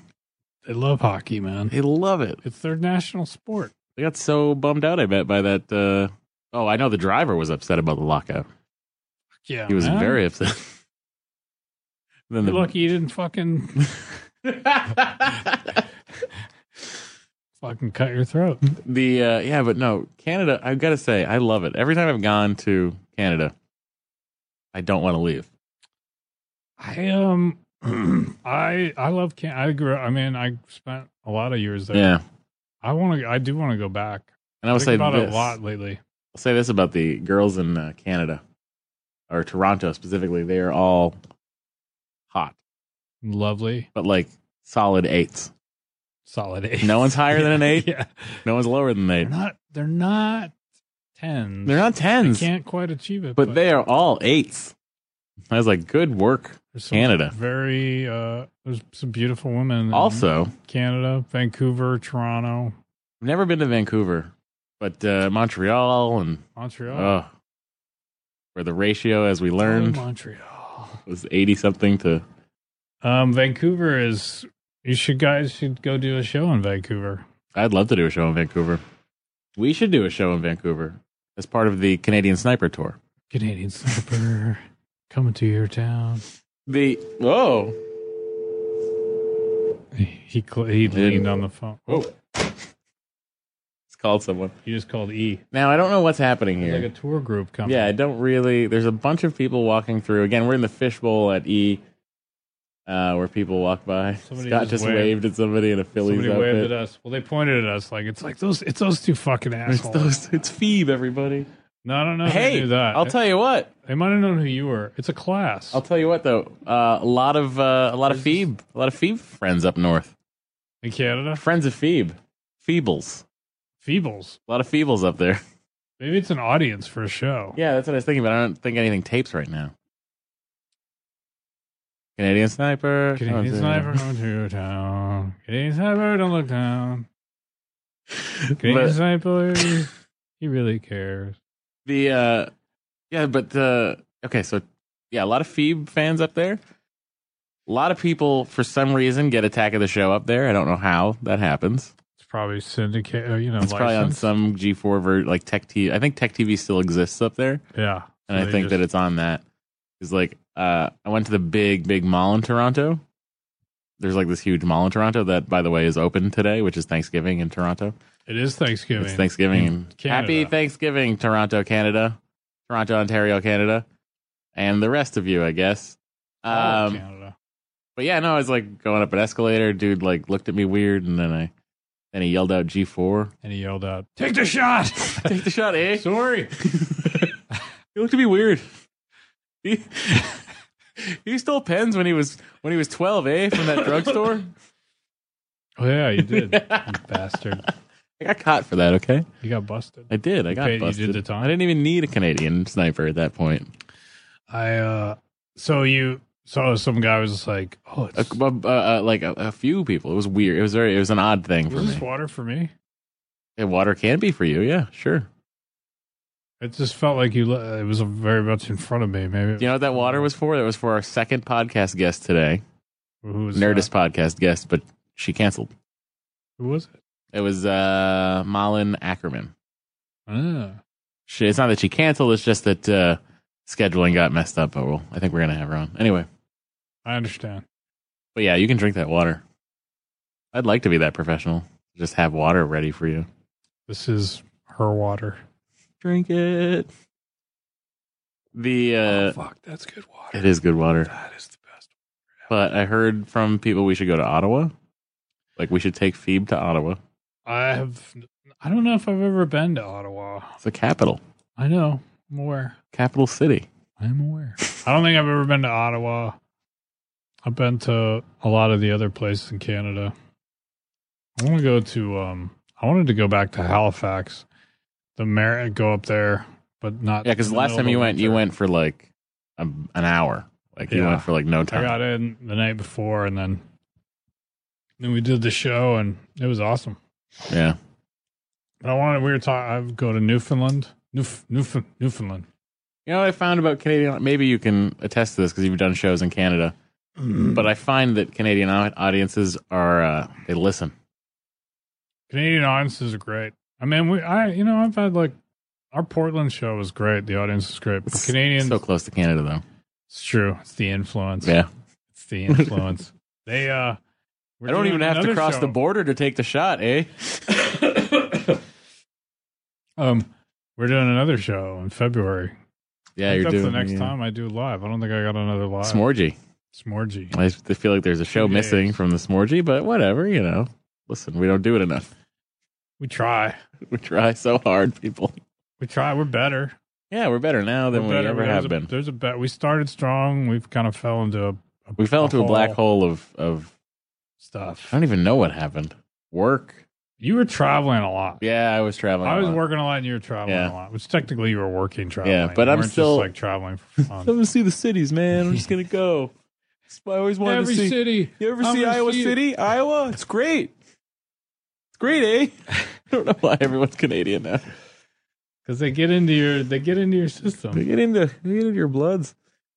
They love hockey, man.
They love it.
It's their national sport.
They got so bummed out, I bet, by that. Uh, oh, I know the driver was upset about the lockout.
Yeah,
He was
man.
very upset. then
You're lucky you didn't fucking
the
fucking cut your throat.
the uh, yeah, but no, Canada. I've got to say, I love it. Every time I've gone to Canada, I don't want to leave.
I um I I love can I grew I mean I spent a lot of years there.
Yeah,
I want to I do want to go back.
and I
I
will
think
say
about
this.
it a lot lately.
I'll say this about the girls in uh, Canada or Toronto specifically. They are all hot,
Lovely,
but like solid eights.
solid eight.
No one's higher than an eight.
Yeah.
No one's lower than an
They're
eight.
not they're not 10s.
They're not
They
tens,
can't quite achieve it,
but they are all eights. I was like, good work.
there's some
Canada.
Very uh there's some beautiful
Mm-hmm.
women in
Also, I've
Canada, Vancouver, Toronto,
never been to Vancouver, but uh, Montreal and
Montreal.
uh, where the ratio, as we
Totally
learned,
Montreal.
was 80 something to.
Um Vancouver is you should guys should go do a show in Vancouver.
I'd love to do a show in Vancouver. We should do a show in Vancouver as part of the Canadian Sniper Tour.
Canadian sniper coming to your town.
The whoa,
He cl- he leaned on the phone. Oh,
it's called someone.
he just called E.
Now I don't know what's happening
It's
here.
like a tour group coming.
Yeah, I don't really. There's a bunch of people walking through. Again, we're in the fishbowl at E, uh, where people walk by.
Somebody
Scott
just
just
waved.
waved. at somebody in a Phillies
somebody waved
outfit.
at us. Well, they pointed at us like it's like those it's those two fucking
It's
assholes.
those. It's Phoebe, everybody.
No, I don't know. who
hey,
knew that.
I'll tell you what.
They might have known who you were. It's a class.
I'll tell you what though. Uh, a lot of uh, a lot of Phoebe, a lot of Phoebe friends up north.
in Canada,
Friends of Phoebe, Feebles.
Feebles.
A lot of Feebles up there.
Maybe it's an audience for a show.
Yeah, that's what I was thinking, but I don't think anything tapes right now. Canadian sniper. Oh,
Canadian sniper coming to your town. Canadian sniper, don't look down. Canadian
But-
sniper, he really cares.
the uh yeah but uh okay so yeah a lot of phoebe fans up there A lot of people, for some reason, get Attack of the Show up there. I don't know how that happens.
It's probably syndicate. uh, You know,
It's probably on
license.
some G4 ver- like Tech TV. I think Tech TV still exists up there,
yeah.
and
So
I
they
think
just-
that it's on that. Is like uh, I went to the big, big mall in Toronto. There's like this huge mall in Toronto that, by the way, is open today, which is Thanksgiving in Toronto.
it is Thanksgiving.
It's Thanksgiving.
Canada.
Happy Thanksgiving, Toronto, Canada, Toronto, Ontario, Canada, and the rest of you, I guess.
All of
Um,
Oh, Canada.
but yeah, no, I was like going up an escalator. Dude, like looked at me weird, and then I, then he yelled out G four.
And he yelled out, "Take the shot!"
Take the shot, eh?
Sorry.
He looked at me weird. He, he stole pens when he was when he was twelve, eh? From that drugstore.
Oh, yeah, you did, you
I
bastard.
got caught for that. Okay,
You got busted.
I did. I got
Okay, you did
busted.
the time.
I didn't even need a Canadian sniper at that point.
I uh so you so some guy was just like, "Oh,
A,
it's,
uh, uh, like a, a few people. It was weird. It was very. It was an odd thing for
was this
me.
water for me?"
And water can be for you. Yeah, sure.
It just felt like you. le- It was very much in front of me. Maybe
Do you know what that water was for? That was for our second podcast guest today,
who was
Nerdist
that?
podcast guest, but she canceled.
Who was it?
It was uh Malin Ackerman.
Ah.
She, it's not that she canceled. It's just that uh, scheduling got messed up. But we'll, I think we're gonna have her on anyway.
I understand.
But yeah, you can drink that water. I'd like to be that professional. Just have water ready for you.
This is her water.
Drink it. The uh,
oh, fuck, that's good water.
it is good water,
That is the best.
but I heard from people we should go to Ottawa. Like we should take Phoebe to Ottawa.
I have. I don't know if I've ever been to Ottawa.
It's the capital,
I know. I'm aware.
capital city.
I'm aware. I don't think I've ever been to Ottawa. I've been to a lot of the other places in Canada. I want to go to. um I wanted to go back to Halifax, the mayor, go up there, but not.
Yeah, because
in
the
the
last time
middle
you
of
went, you
winter.
went for like a, an hour. Like you
Yeah.
went for like no
I
time.
got in the night before, and then then we did the show, and it was awesome.
Yeah,
But I wanted. We were talking. I go to Newfoundland, Newf, Newf, Newfoundland.
You know what I found about Canadian? Maybe you can attest to this because you've done shows in Canada. But I find that Canadian au- audiences are uh, they listen.
Canadian audiences are great. I mean, we, I, you know, I've had like our Portland show was great. The audience was great. But
It's
Canadians,
so close to Canada though.
it's true. It's the influence.
Yeah,
It's the influence. they, uh, we're
I don't
doing
even have to
another
cross
show.
the border to take the shot, eh?
Um, we're doing another show in February.
yeah,
I think
you're
that's
doing
the next
yeah.
time I do live. I don't think I got another live.
Smorgy.
Smorgy.
I just feel like there's a show
Two
missing
days.
from the Smorgy, but whatever, you know. Listen, we don't do it enough.
We try.
We try so hard, people.
We try. We're better.
Yeah, we're better now than
we're
we
better.
ever
there's
have
a,
been.
There's a bet. We started strong. We've kind of fell into a,
We fell into a black
hole.
hole of of I
stuff.
don't even know what happened. Work.
You were traveling a lot.
Yeah, I was traveling.
I
a
was
lot.
working a lot and you were traveling
Yeah.
a lot, which technically you were working traveling.
Yeah, but
You
I'm
weren't just,
still-
like traveling for
I'm
fun.
gonna see the cities, man. I'm just gonna go. I always wanted
Every
to see.
city.
You ever
I'm
see
gonna
Iowa
see it.
City, Iowa? It's great. It's great, eh? I don't know why everyone's Canadian now.
Because they get into your they get into your
They
system.
get into they get into your bloods.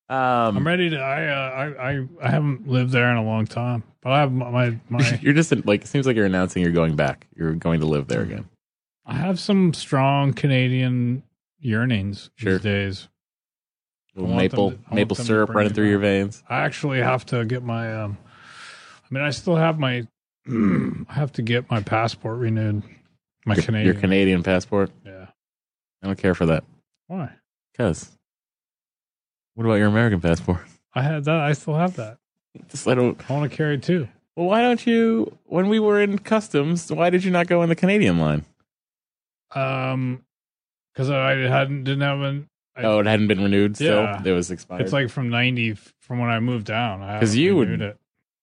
Um,
I'm ready to. I uh, I I I haven't lived there in a long time, but I have my my, my
You're just like it seems like you're announcing you're going back. You're going to live
Hmm.
there again.
I have some strong Canadian yearnings
Sure.
these days.
Little
want them
maple
to- I want
maple
them to
syrup
bring
running
me
through your
back.
veins.
I actually have to get my. um I mean, I still have my. I have to get my passport renewed. My
Your-
Canadian.
Your Canadian passport.
Yeah.
I don't care for that.
Why?
Cause what about your American passport?
I had that. I still have that.
Just I don't.
I want to carry two.
Well, why don't you? When we were in customs, why did you not go in the Canadian line?
Um, because I hadn't didn't have an. I-
oh, it hadn't been renewed. Still,
Yeah.
it was expired.
It's like from ninety from when I moved down. I
'Cause you would-
renewed it.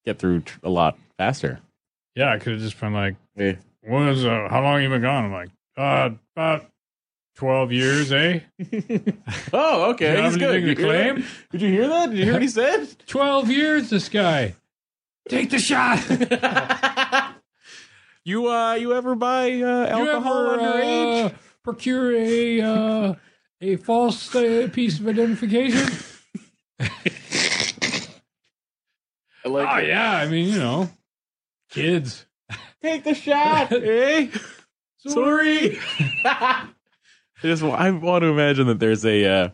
get through tr- a lot faster. Eh.
Yeah, I could have just been like,
Yeah.
"What is? Uh, how long you been gone?" I'm like, "Uh, about twelve years, eh?
oh, okay.
Do you have
he's good.
anything to
You hear
claim?
that? Did you hear that? Did you hear what he said?
Twelve years, this guy. Take the shot.
you uh, you ever buy uh, alcohol underage?
uh, procure a uh, a false uh, piece of identification?"
I like
oh
it.
yeah, I mean you know, kids.
Take the shot. eh? Sorry. I just wa- I want to imagine that there's a uh,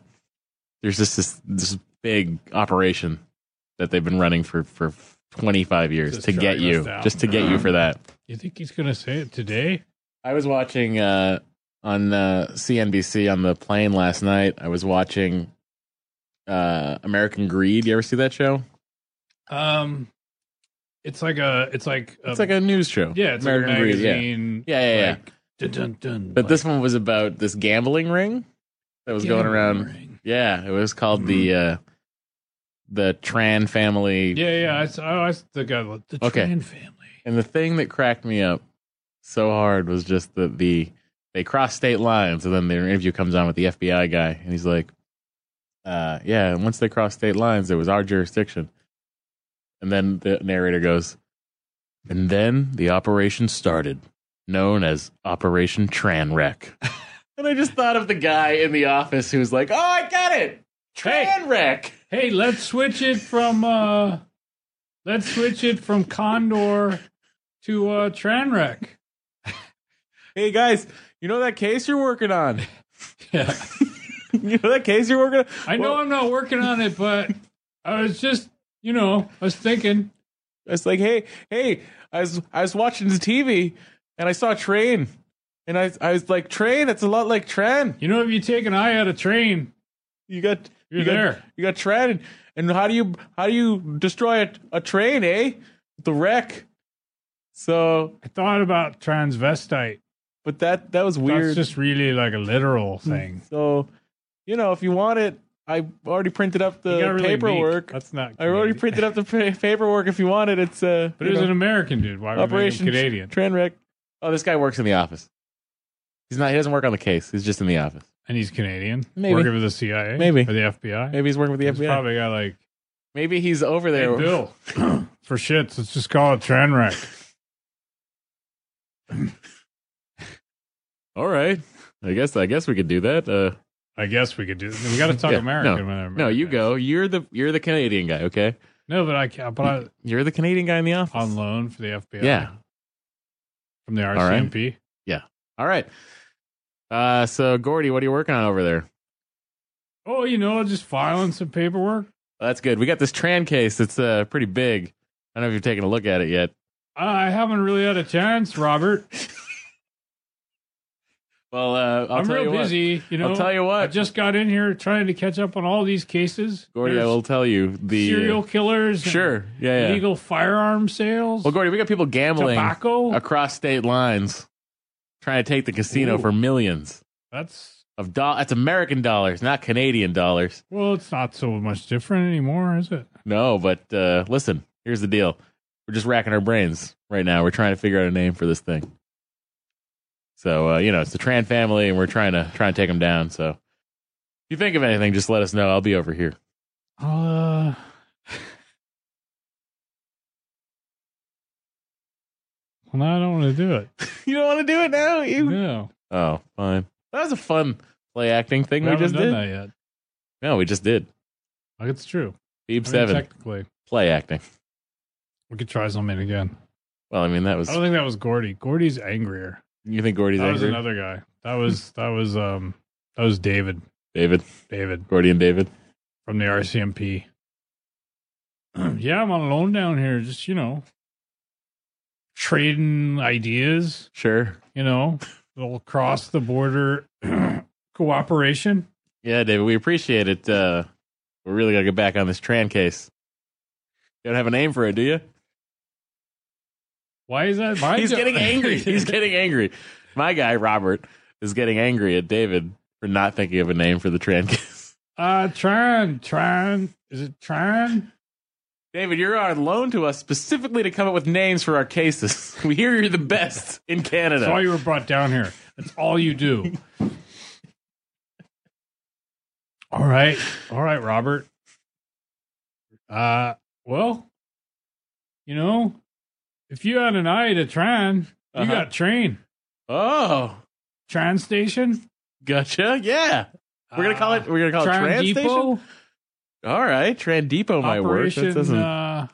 there's just this this big operation that they've been running for for 25 years
Just
to get
drag
you,
us down.
just to get you for that.
You think he's gonna say it today?
I was watching uh, on uh, CNBC on the plane last night. I was watching uh, American Greed. You ever see that show?
Um, it's like a, it's like a,
It's like a news show.
Um, yeah, it's
American
like a
Greed. Yeah.
magazine.
Yeah, yeah, yeah.
Like, dun, dun, dun,
But
like,
this one was about this gambling ring that was going around.
ring.
Yeah, it was called the uh the Tran family.
Yeah, yeah. I, s- oh, I s- the guy, the
Okay.
Tran family.
And the thing that cracked me up so hard was just that the they cross state lines, and then their interview comes on with the FBI guy, and he's like, uh, "Yeah, and once they crossed state lines, it was our jurisdiction." And then the narrator goes, "And then the operation started, known as Operation Tranrec." and I just thought of the guy in the office who's like, "Oh, I got it,
Hey.
Tranrec."
Hey, let's switch it from uh, let's switch it from Condor to uh Tranrec.
Hey guys, you know that case you're working on?
Yeah.
you know that case you're working on?
I know
Well-
I'm not working on it, but I was just, you know, I was thinking.
It's like, hey, hey, I was I was watching the TV and I saw a train. And I I was like, train, that's a lot like Tran.
You know, if you take an eye out of train,
You got
You're
you got-
there.
you got Tran and how do you how do you destroy a, a train, eh? The wreck. So
I thought about transvestite.
but that that was
That's
weird.
just really like a literal thing.
so you know, if you want it, I already printed up
You got
the
really
paperwork.
meek. That's not.
I already
Canadian.
printed up the pa- paperwork if you want it. It's uh
But
you
it was
know.
an American dude. Why would they make him
Operation
Canadian?
Tranrec. Oh, this guy works in the office. He's not. He doesn't work on the case. He's just in the office.
And he's Canadian.
Maybe.
Working for the CIA.
Maybe.
Or the FBI.
Maybe he's working with the
He's
FBI.
probably got like,
Maybe he's over
hey,
there.
Bill, for shits, let's just call it Tranrec.
All right. I guess. I guess we could do that. Uh,
I guess we could do. We got to talk
Yeah,
American.
no,
when they're
no, you
American.
go. You're the. You're the Canadian guy. Okay.
No, but I can't. But
You're the Canadian guy in the office.
I, on loan for the FBI.
yeah.
From the
right.
RCMP.
All right. Uh, so Gordy, what are you working on over there?
Oh, you know, just filing some paperwork.
Well, that's good. We got this Tran case. That's uh pretty big. I don't know if you've taken a look at it yet.
Uh, I haven't really had a chance, Robert.
Well, uh, I'll
i am
tell
real
you
busy. You
what.
know,
I'll tell you
I
what,
just got in here trying to catch up on all these cases.
Gordy. I
There's
will tell you the
serial killers. and
Sure. Yeah. yeah.
Illegal firearm sales.
Well, Gordy, we got people gambling
tobacco.
across state lines, trying to take the casino
Ooh.
for millions
That's
of dollars. That's American dollars, not Canadian dollars.
well, it's not so much different anymore, is it?
No, but uh, listen, here's the deal. We're just racking our brains right now. We're trying to figure out a name for this thing. So uh, you know, it's the Tran family, and we're trying to try and take them down. So, if you think of anything, just let us know. I'll be over here.
Uh, well, now I don't want to do it.
You don't want to do it now. You.
No,
Oh, fine. That was a fun play acting thing
we
we,
haven't
just
done
did.
that yet.
No, we just did.
Like, it's true.
Beeb
I mean,
seven
technically,
play acting.
we could try something again.
Well, I mean, that was.
I don't think that was Gordy. Gordy's angrier.
You think Gordy's
that was
angry?
another guy. That was that was um that was David.
David,
David
Gordy and David.
from the RCMP. yeah, I'm on loan down here, just you know, trading ideas.
Sure.
You know, little cross the border cooperation.
Yeah, David, we appreciate it. Uh, we really got to get back on this Tran case. You don't have a name for it, do you?
Why is that? my
He's
job?
getting angry. He's getting angry. My guy, Robert, is getting angry at David for not thinking of a name for the Tran case.
uh trying, trying. Is it trying?
David, you're on loan to us specifically to come up with names for our cases. We hear you're the best in Canada.
That's why you were brought down here. That's all you do. all right. All right, Robert. Uh well, you know, if you had an eye to Tran,
Uh-huh.
you got train.
oh,
Tran station.
gotcha. Yeah. We're going to call it, we're going to call it Tran,
Tran
Station.
Depot.
All right. Tran Depot might work. That
Operation
doesn't,
uh,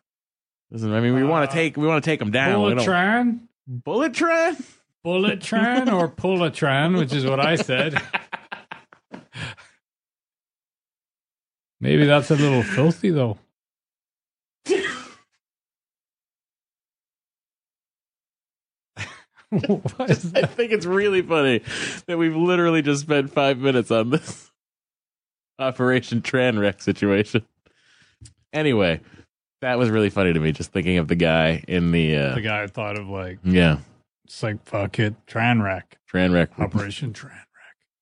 Listen, I mean, we want to take we want to take them down. we
Bullet
don't-
Tran?
bullet train.
Bullet Tran or Pulla Tran, which is what I said. Maybe that's a little filthy, though. what is
I
that?
think it's really funny that we've literally just spent five minutes on this Operation Tran Wreck situation. Anyway, that was really funny to me. Just thinking of the guy in the uh,
The guy thought of like,
yeah
it's like, fuck it, Tran Rack.
Tran Wreck, and
Operation Tran Rack.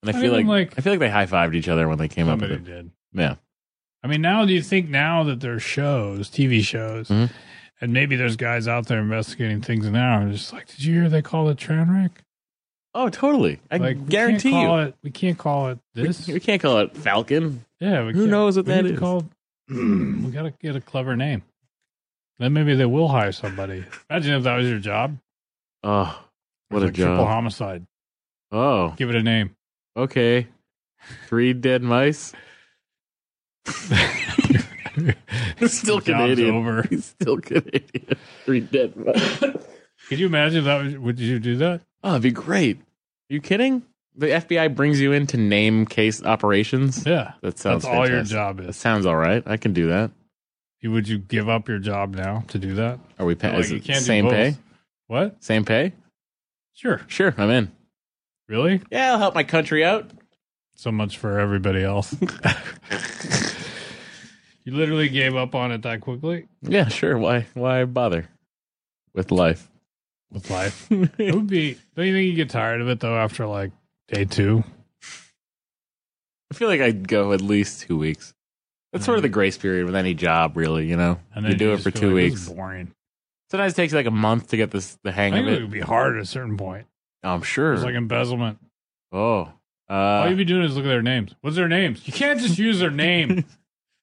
I
I
feel like,
mean, like-
I feel like they high fived each other when they came up
Somebody
with it.
did.
Yeah,
I mean, now do you think now that there's shows, TV shows,
Mhm.
and maybe there's guys out there investigating things now? I'm just like, did you hear they call it Tranrack?
oh totally. I
like, we can't
guarantee you.
call It, we can't call it
We-
this.
We, can't call it Falcon.
yeah, we
who
can't-
knows what
we
that
need to
is?
Call, we gotta get a clever name. Then maybe they will hire somebody. Imagine if that was your job.
Oh, what a
It's like Triple
job.
homicide.
Oh,
Give it a name.
okay. Three dead mice. Still
Job's
Canadian.
Over.
He's still Canadian. Three dead mice.
Could you imagine if that? Was, would you do that?
Oh, it'd be great. Are you kidding? The FBI brings you in to name case operations.
Yeah,
That sounds
that's all your
fantastic.
job
That
is.
sounds all right. I can do that.
You- Would you give up your job now to do that?
Are we pay-
Like,
is
you
it
can't do
same
both.
pay?
What?
Same pay?
Sure.
Sure, I'm in.
Really?
Yeah, I'll help my country out.
So much for everybody else. you literally gave up on it that quickly
Yeah, sure. Why? Why bother with life?
with life. It would be. Don't you think you get tired of it though after like day two?
I feel like I'd go at least two weeks. That's sort of the grace period with any job, really. You know, you do it
just
for
feel
two
like, this is
weeks.
Boring.
Sometimes it takes like a month to get this the
I
hang of
think it
it. Oh,
would be hard at a certain point.
I'm sure.
It's like embezzlement.
oh,
All
uh,
you'd be doing is look at their names. What's their names? You can't just use their name.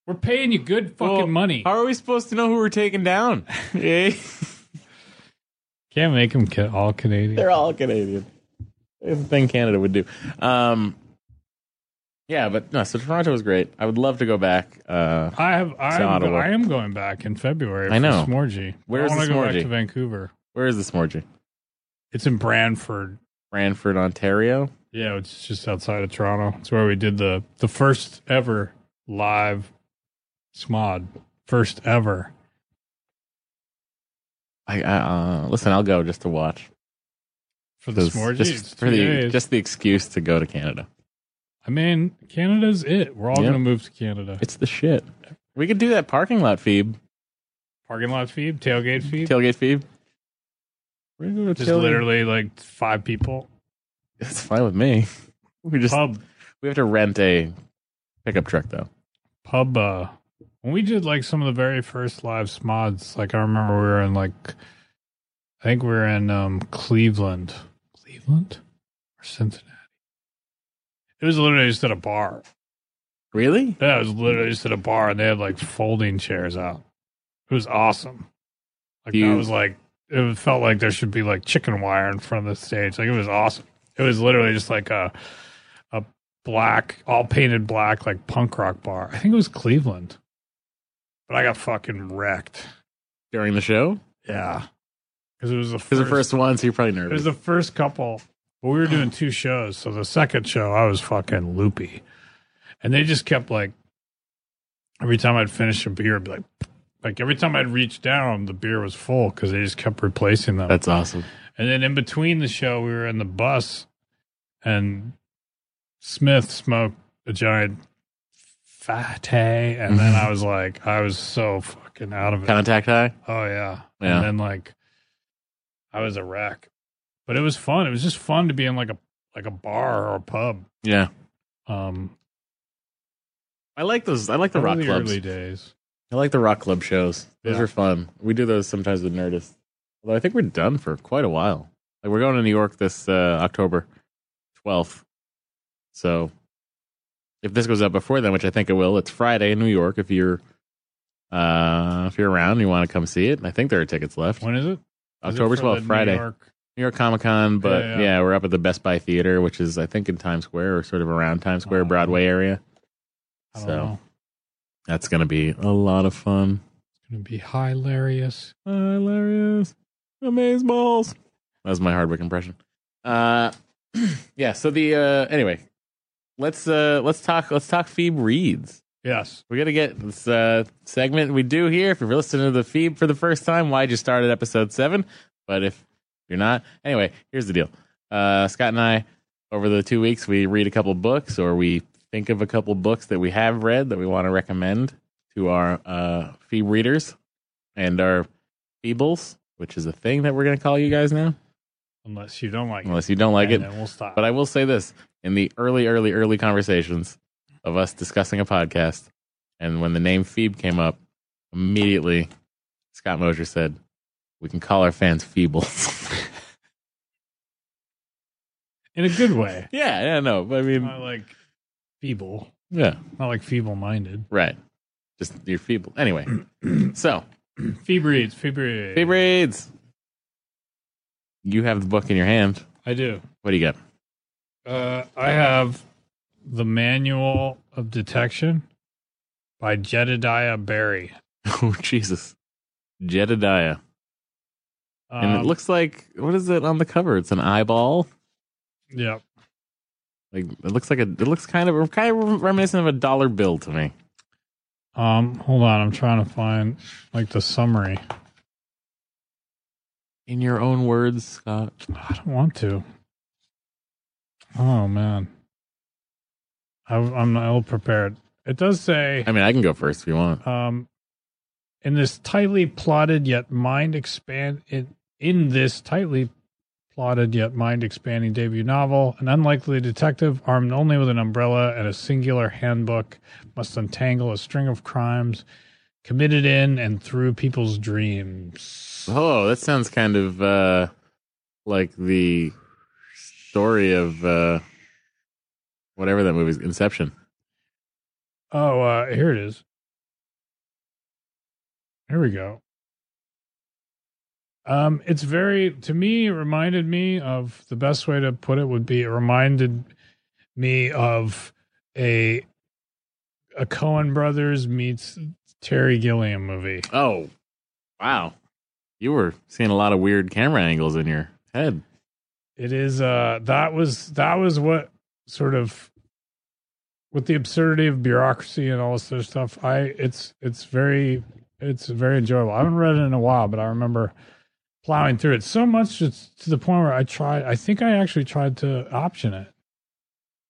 We're paying you good fucking
Well,
money.
how are we supposed to know who we're taking down? Eh?
Can't make them ca- all Canadian.
They're all Canadian. It's a thing Canada would do. Um, yeah, but no. So Toronto was great. I would love to go back. Uh,
I have. I
So
am,
Ottawa.
I am going back in February.
I know.
For Smorgy.
Where's
I
the
wanna go back
Smorgy?
to Vancouver.
where is the Smorgy?
It's in Brantford.
Brantford, Ontario.
Yeah, it's just outside of Toronto. It's where we did the the first ever live smod. First ever.
I, I uh, listen. I'll go just to watch.
For the Smorgy. It's
just for
two
the
days.
just the excuse to go to Canada.
I mean, Canada's it. We're all
Yeah.
gonna move to Canada.
It's the shit. We could do that parking lot feed,
Parking lot feed, tailgate feed.
tailgate feed.
We're gonna go to just
tailgate.
literally like five people.
It's fine with me. We just
Pub
we have to rent a pickup truck though.
pub uh when we did like some of the very first live smods like i remember we were in like i think we were in um cleveland cleveland or cincinnati it was literally just at a bar
Really?
yeah it was literally just at a bar and they had like folding chairs out it was awesome like
Do you-
that was like it felt like there should be like chicken wire in front of the stage like it was awesome it was literally just like a a black all painted black like punk rock bar i think it was cleveland but i got fucking wrecked
During the show?
yeah because it was the
Because
first,
the first one, so you're probably
it
nervous.
was the first couple but we were doing two shows so the second show i was fucking loopy and they just kept like every time i'd finish a beer I'd be like like every time i'd reach down the beer was full because they just kept replacing them
That's awesome.
and then in between the show, we were in the bus, and Smith smoked a giant fatty, and then I was like, I was so fucking out of it.
Contact high.
Oh yeah,
Yeah.
and then like, I was a wreck. But it was fun. It was just fun to be in like a like a bar or a pub.
Yeah,
Um,
I like those. I like the
those
rock
were the
clubs.
early days.
I like the rock club shows. Those
Yeah.
are fun. We do those sometimes with Nerdist. Although I think we're done for quite a while. Like we're going to New York this uh, October twelfth. So if this goes up before then, which I think it will, it's Friday in New York. If you're uh, if you're around, and you want to come see it. I think there are tickets left.
When is it? Is it
October
for the
twelfth,
New
Friday, New York,
York-
Comic Con. But
Yeah,
yeah,
yeah.
we're up at the Best Buy Theater, which is I think in Times Square or sort of around Times Square,
Oh.
Broadway area.
I don't
So
know.
that's gonna be a lot of fun.
It's It'd be hilarious.
Hilarious. Amaze balls. That was my Hardwick impression. Uh yeah, so the uh anyway. Let's uh let's talk let's talk Phoebe reads.
Yes.
We gotta get this uh segment we do here. If you're listening to the Phoebe for the first time, why'd you start at episode seven? But if you're not, anyway, here's the deal. Uh Scott and I over the two weeks we read a couple books or we think of a couple books that we have read that we want to recommend to our uh Phoebe readers and our feebles, which is a thing that we're going to call you guys now,
Unless you don't like
unless you don't like
it.
it.
And then we'll stop.
But I will say this in the early, early, early conversations of us discussing a podcast, and when the name Phoebe came up, immediately Scott Mosier said, We can call our fans feebles.
in a good way.
yeah, yeah, no. but I mean,
Not like feeble.
yeah,
Not like feeble minded.
right. Just you're feeble. Anyway, so
Phoebe reads. Phoebe reads.
Phoebe reads. You have the book in your hand.
I do.
What do you got?
Uh, I have The Manual of Detection by Jedediah Barry.
Oh, Jesus. Jedediah. And it
Um,
looks like what is it on the cover? It's an eyeball.
yeah.
Like it looks like a. It looks kind of kind of reminiscent of a dollar bill to me.
Um, hold on. I'm trying to find like the summary.
In your own words, Scott.
I don't want to. Oh man, I, I'm ill prepared. It does say,
I mean, I can go first if you want.
um, in this tightly plotted yet mind expand in in this tightly plotted yet mind expanding debut novel, an unlikely detective armed only with an umbrella and a singular handbook must untangle a string of crimes committed in and through people's dreams.
Oh, that sounds kind of uh like the story of uh whatever that movie's Inception.
Oh, uh, here it is. Here we go. Um, it's very to me it reminded me of the best way to put it would be it reminded me of a a Cohen Brothers meets Terry Gilliam movie.
Oh, wow! You were seeing a lot of weird camera angles in your head.
It is uh that was that was what sort of with the absurdity of bureaucracy and all this other stuff, I it's it's very it's very enjoyable. I haven't read it in a while, but I remember plowing through it so much it's to the point where I tried I think I actually tried to option it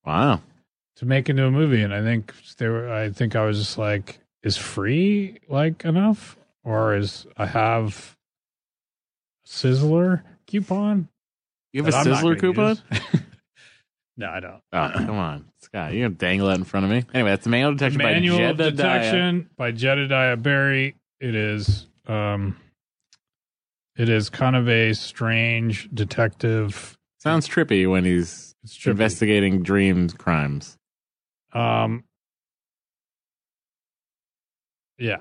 Wow.
to make into a movie and I think they were I think I was just like, is free like enough? Or is I have a sizzler coupon?
You have a
that I'm not
sizzler
gonna
coupon?
use. no, I don't.
Oh, come on, Scott. You're gonna dangle that in front of me. Anyway, that's the manual detection
Manual
by
of
Jedediah.
Detection by Jedediah Barry. It is um it is kind of a strange detective.
Sounds trippy when he's
It's trippy.
investigating dreams crimes.
um Yeah.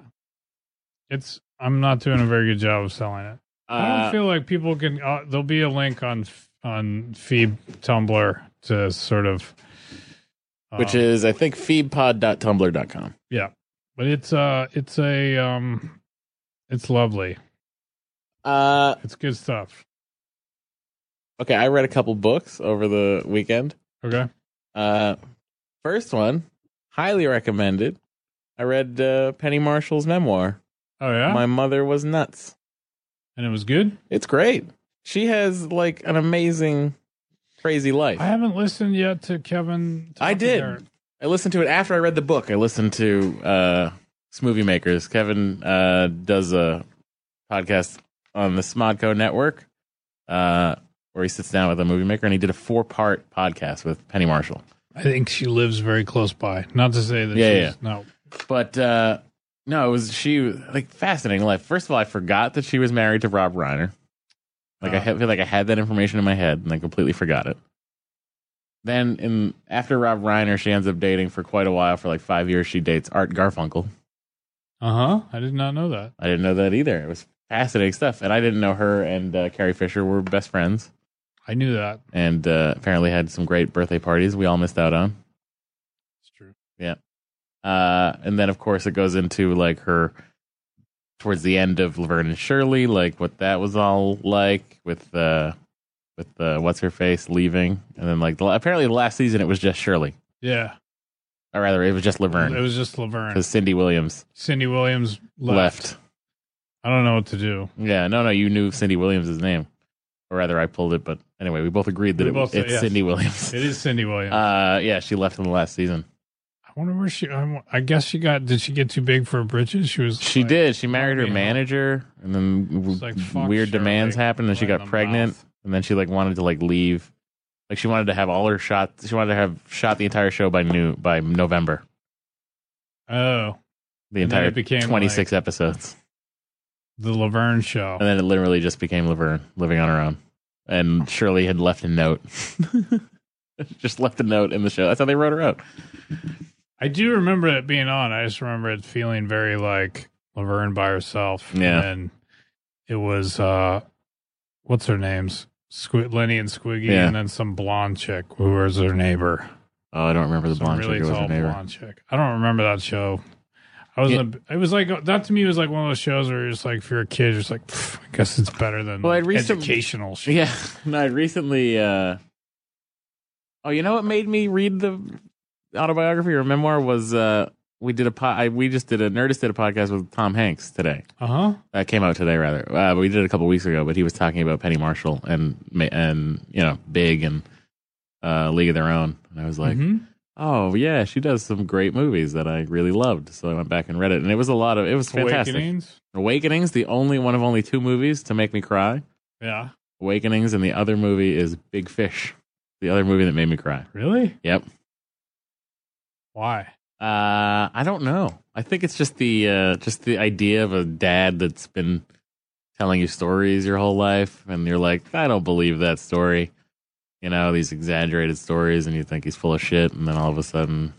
It's I'm not doing a very good job of selling it. I don't
Uh,
feel like people can uh, there'll be a link on on Feeb Tumblr to sort of
which
um,
is, I think, feedpod.tumblr.com.
but it's uh it's a um it's lovely.
Uh,
It's good stuff.
okay, I read a couple books over the weekend.
Okay.
Uh, first one, highly recommended. I read uh, Penny Marshall's memoir,
Oh yeah.
My Mother Was Nuts.
and it was good.
It's great. She has like an amazing, crazy life.
I
I,
haven't listened yet to Kevin.
I
talking
did.
there.
listened to it after I read the book. I listened to uh, Smoothie Makers. Kevin uh, does a podcast on the Smodco Network uh, where he sits down with a movie maker, and he did a four-part podcast with Penny Marshall.
I think she lives very close by. Not to say that.
Yeah,
she's, No.
But uh, no, it was she like fascinating life. First of all, I forgot that she was married to Rob Reiner. Like I
Uh.
had- feel like I had that information in my head and I completely forgot it. Then in after Rob Reiner, she ends up dating for quite a while. For like five years, she dates Art Garfunkel.
Uh huh. I did not know that.
I didn't know that either. It was fascinating stuff, and I didn't know her and uh, Carrie Fisher were best friends,
I knew that.
and uh, apparently had some great birthday parties we all missed out on.
It's true.
Uh, and then, of course, it goes into like her towards the end of Laverne and Shirley, like what that was all like with uh with uh, what's her face leaving, and then like the, apparently the last season it was just Shirley,
Yeah.
or rather it was just
It
Laverne
was just Laverne.
because Cindy Williams
Cindy Williams left.
left.
I don't know what to do.
Yeah, no, no, you knew Cindy Williams' name, or rather I pulled it, but anyway, we both agreed that
We
it,
both-
it's
yes.
Cindy Williams.
It is Cindy Williams.
Uh, yeah, she left in the last season.
I wonder where she. I, I guess she got. Did she get too big for her britches? She was.
She
like,
did. She married her
yeah.
manager, and then w-
It's like, fuck
weird
Shirley,
demands happened, and she
right in
got
the
pregnant,
mouth.
and then she like wanted to like leave, like she wanted to have all her shots. She wanted to have shot the entire show by new by November,
Oh,
the
And then
entire
it became,
twenty six episodes,
the Laverne show.
and then it literally just became Laverne living on her own, and Shirley had left a note, just left a note in the show. That's how they wrote her out.
I do remember it being on. I just remember it feeling very like Laverne by herself.
Yeah.
And it was uh what's her names? Squid Lenny and Squiggy
Yeah.
and then some blonde chick who was her neighbor.
Oh, I don't remember the
Some
blonde
really
chick who was her
tall
neighbor.
blonde chick. I don't remember that show. I was
Yeah.
not it was like that to me was like one of those shows where you're just like if you're a kid, you're just like "Pff, I guess it's better than
Well, I
like,
recent-
educational shit.
Yeah. No, I recently uh Oh, you know what made me read the autobiography or memoir was uh we did a po- I, we just did a Nerdist did a podcast with Tom Hanks today.
Uh huh.
That came out today rather. Uh, we did it a couple weeks ago, but he was talking about Penny Marshall and ma- and you know, Big and uh League of Their Own. And I was like,
Mm-hmm.
"Oh, yeah, she does some great movies that I really loved." So I went back and read it, and it was a lot of it was fantastic.
Awakenings.
Awakenings, the only one of only two movies to make me cry.
Yeah.
Awakenings, and the other movie is Big Fish, the other movie that made me cry.
Really?
Yep.
Why?
Uh, I don't know. I think it's just the uh, just the idea of a dad that's been telling you stories your whole life, and you're like, I don't believe that story. You know these exaggerated stories, and you think he's full of shit, and then all of a sudden,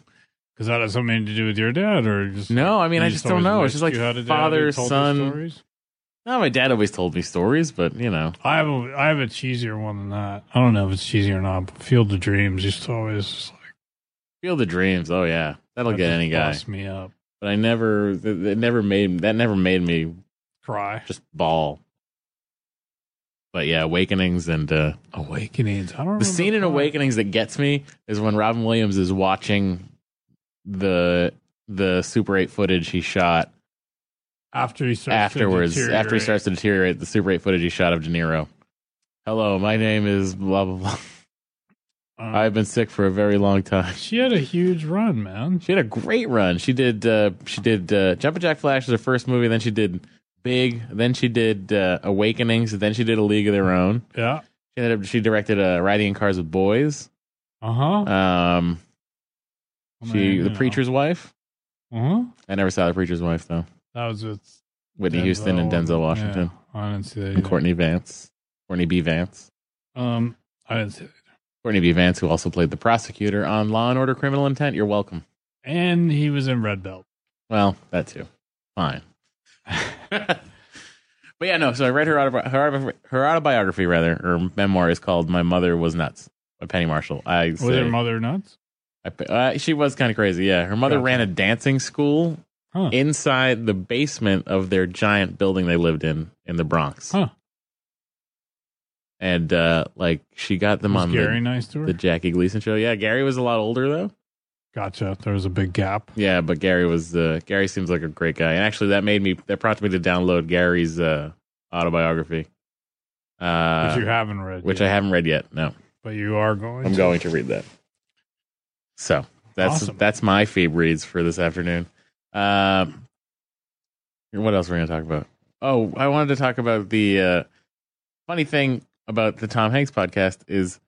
Because that has something to do with your dad, or just
no. I mean,
You
I just don't
always
know. It's
wished
just like
you had a dad
father,
who told you
son.
stories?
No, "Oh, my dad always told me stories, but you know,
I have a I have a cheesier one than that. I don't know if it's cheesy or not. But Field of Dreams used to always just like
Field of Dreams. Oh yeah, that'll
that
get
just
any guy.
bossed me up,
But I never, it it never made that never made me
cry.
just ball. But yeah, Awakenings and uh,
Awakenings. I don't.
the
remember
scene in
crying.
Awakenings that gets me is when Robin Williams is watching the the Super Eight footage he shot
after he starts to
afterwards. After he
deteriorate.
starts to deteriorate, the Super Eight footage he shot of De Niro. Hello, my name is blah blah blah.
Uh-huh. Um,
I've been sick for a very long time.
she had a huge run, man.
She had a great run. She did uh, she did uh, Jumpin' Jack Flash was her first movie. Then she did Big. Then she did uh, Awakenings. Then she did A League of Their Own.
Yeah.
She ended up she directed uh, Riding in Cars with Boys.
Uh huh.
Um,
Oh,
she the preacher's wife.
Uh huh.
I never saw the preacher's wife though.
That was with
Whitney
Denzel
Houston and Denzel Washington
Yeah, I didn't see that.
and
either.
Courtney Vance, Courtney B. Vance,
Um, I didn't see that.
Courtney B. Vance, who also played the prosecutor on Law and Order: Criminal Intent. You're welcome.
And he was in Red Belt.
Well, that too. Fine. but yeah, no. So I read her autobi- her, autobi- her autobiography rather, her memoir is called "My Mother Was Nuts" by Penny Marshall. I
Was
say-
her mother nuts?
I, uh, she was kind of crazy. Yeah, her mother
Gotcha.
ran a dancing school
Huh.
inside the basement of their giant building they lived in in the Bronx.
Huh.
And uh, like she got them
Was
on
Gary
the,
nice to her?
the Jackie Gleason show. Yeah, Gary was a lot older though.
Gotcha. There was a big gap.
Yeah, but Gary was uh, Gary seems like a great guy. And actually, that made me that prompted me to download Gary's uh, autobiography, uh,
which you haven't read.
which
yet,
I haven't read yet. No,
But you are going.
I'm
to.
going to read that. So that's
Awesome.
that's my Phoebe reads for this afternoon. Um, what else we're going to talk about? Oh, I wanted to talk about the uh, funny thing about the Tom Hanks podcast is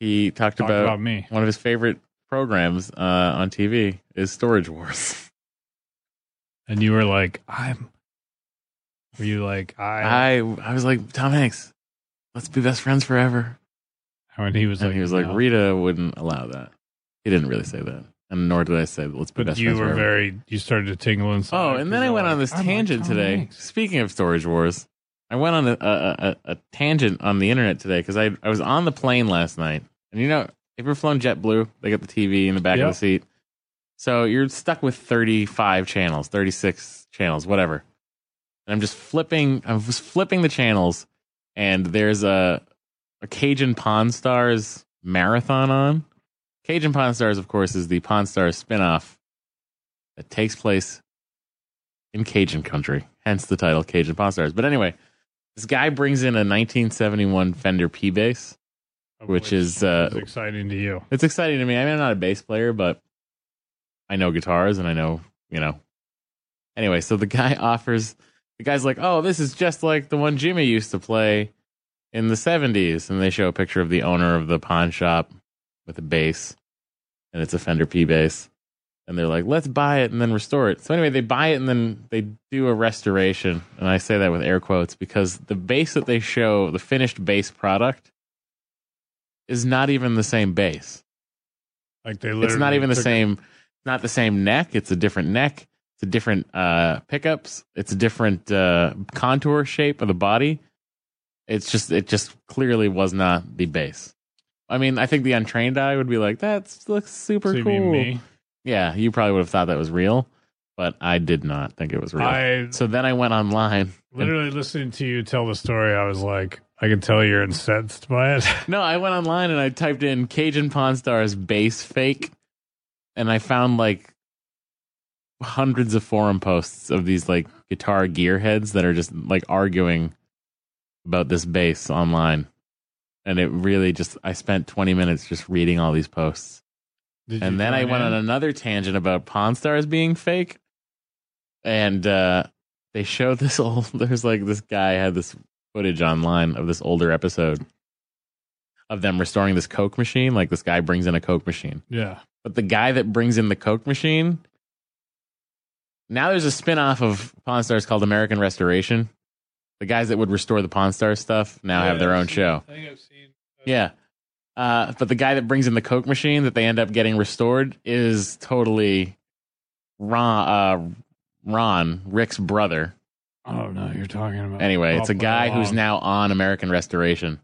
he talked
Talk
about,
about, me.
one of his favorite programs uh, on TV is Storage Wars.
And you were like, I'm. Were you like I?
I I was like Tom Hanks, let's be best friends forever.
and he was
And
like,
he was like
"No."
Rita wouldn't allow that. He didn't really say that, and nor did I say let's be
but
best
you
friends
were
forever.
very. You started to tingle inside.
Oh, and then I went on this tangent today. Speaking of storage wars, I went on a, a, a, a tangent on the internet today because I, I was on the plane last night. And you know, if you're flown JetBlue, they got the TV in the back
Yeah.
of the seat. So you're stuck with 35 channels, 36 channels, whatever. and I'm just flipping. I was flipping the channels, and there's a, a Cajun Pawn Stars marathon on. Cajun Pawn Stars, of course, is the Pawn Stars spinoff that takes place in Cajun country, hence the title Cajun Pawn Stars. But anyway, this guy brings in a 1971 Fender P bass.
of
Which is, uh,
is exciting to you.
It's exciting to me. I mean, I'm not a bass player, but I know guitars and I know, you know. Anyway, so the guy offers, the guy's like, oh, this is just like the one Jimmy used to play in the 70s. And they show a picture of the owner of the pawn shop with a bass, and it's a Fender P bass. And they're like, let's buy it and then restore it. So anyway, they buy it and then they do a restoration. And I say that with air quotes because the bass that they show, the finished bass product, is not even the same bass
Like they literally
it's not even the
took-
same not the same neck it's a different neck it's a different uh pickups it's a different uh contour shape of the body it's just it just clearly was not the bass i mean i think the untrained eye would be like that looks super
So you mean
cool
me?
yeah you probably would have thought that was real but i did not think it was real
I
so then i went online and
literally listening to you tell the story. I was like, I can tell you're incensed by it.
No, I went online and I typed in Cajun Pawn Stars base fake, and I found like hundreds of forum posts of these like guitar gearheads that are just like arguing about this bass online. And it really just, I spent 20 minutes just reading all these posts.
Did you
And then I
join
went
in?
on another tangent about Pawn Stars being fake. And uh, they show this old, there's like this guy had this footage online of this older episode of them restoring this Coke machine. Like this guy brings in a Coke machine.
yeah.
But the guy that brings in the Coke machine, now there's a spin off of Pawn Stars called American Restoration. The guys that would restore the Pawn Stars stuff now have their own show.
I think I've seen.
Yeah. Uh, but the guy that brings in the Coke machine that they end up getting restored is totally Ron, uh, Ron Rick's brother.
Oh no, you're talking about.
Anyway, it's a
Bob
guy who's
Long.
now on American Restoration,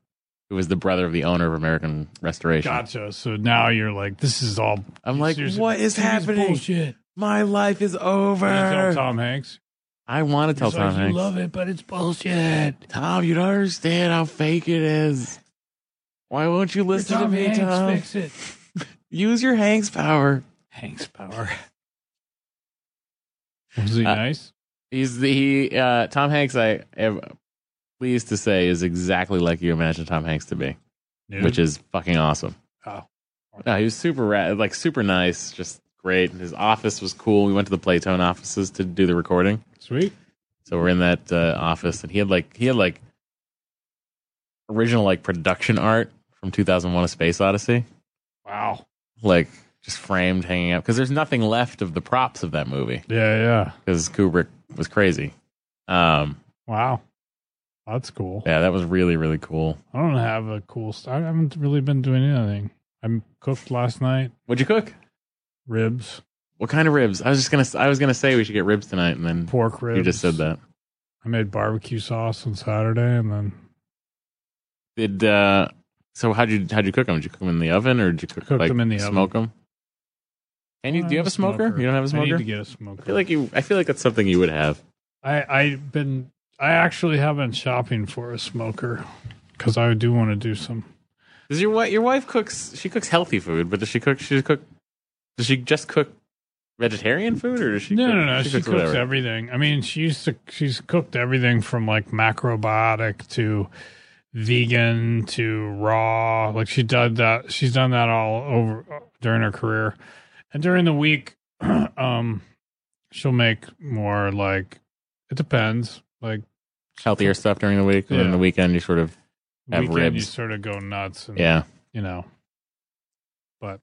who is the brother of the owner of American Restoration.
Gotcha. So now you're like, this is all.
I'm like,
Seriously,
what is
this
happening?
bullshit.
My life is
Did you tell
over.
Tom Hanks.
I want to tell
He's
Tom
like,
Hanks.
You love it, but it's bullshit.
Tom, you don't understand how fake it is. Why won't you listen to me, Tom?
it.
Use your Hanks power.
Hanks power. Was he
Uh,
nice?
He's the he, uh, Tom Hanks. I am pleased to say is exactly like you imagine Tom Hanks to be,
Nude?
which is fucking awesome.
Oh.
no, he was super rad, like super nice, just great. His office was cool. We went to the Playtone offices to do the recording,
sweet.
so we're in that uh, office, and he had like he had like original like production art from 2001: A Space Odyssey,
Wow.
like just framed hanging up because there's nothing left of the props of that movie
Yeah, yeah.
because Kubrick was crazy. Um,
Wow. That's cool.
yeah, that was really really cool.
I don't have a cool. St- I haven't really been doing anything. I cooked last night.
What'd you cook?
Ribs,
What kind of ribs? I was just gonna. I was gonna say we should get ribs tonight, and then
pork ribs.
you just said that.
I made barbecue sauce on Saturday, and then
Did uh, so? How'd you how'd you cook them? Did you cook them in the oven, or did you cook
Cooked
like,
them in the oven.
smoke them? And you, do you have a smoker? You don't have a
I
smoker.
need
I,
to get a smoker. I
feel like you. I feel like that's something you would have.
I I've been I actually have been shopping for a smoker because I do want to do some.
Does your wife? Your wife cooks. She cooks healthy food, but does she cook? She cook. Does she just cook vegetarian food, or does she?
no,
cook,
no, no. She, cooks
whatever.
everything. I mean, she used to. She's cooked everything from like macrobiotic to vegan to raw. Like she did that. She's done that all over during her career, and during the week, um, she'll make more like. It depends. Like
healthier stuff during the week, and then
Yeah.
the weekend you sort of Have
weekend, you
ribs.
sort of go nuts. And,
yeah.
you know. But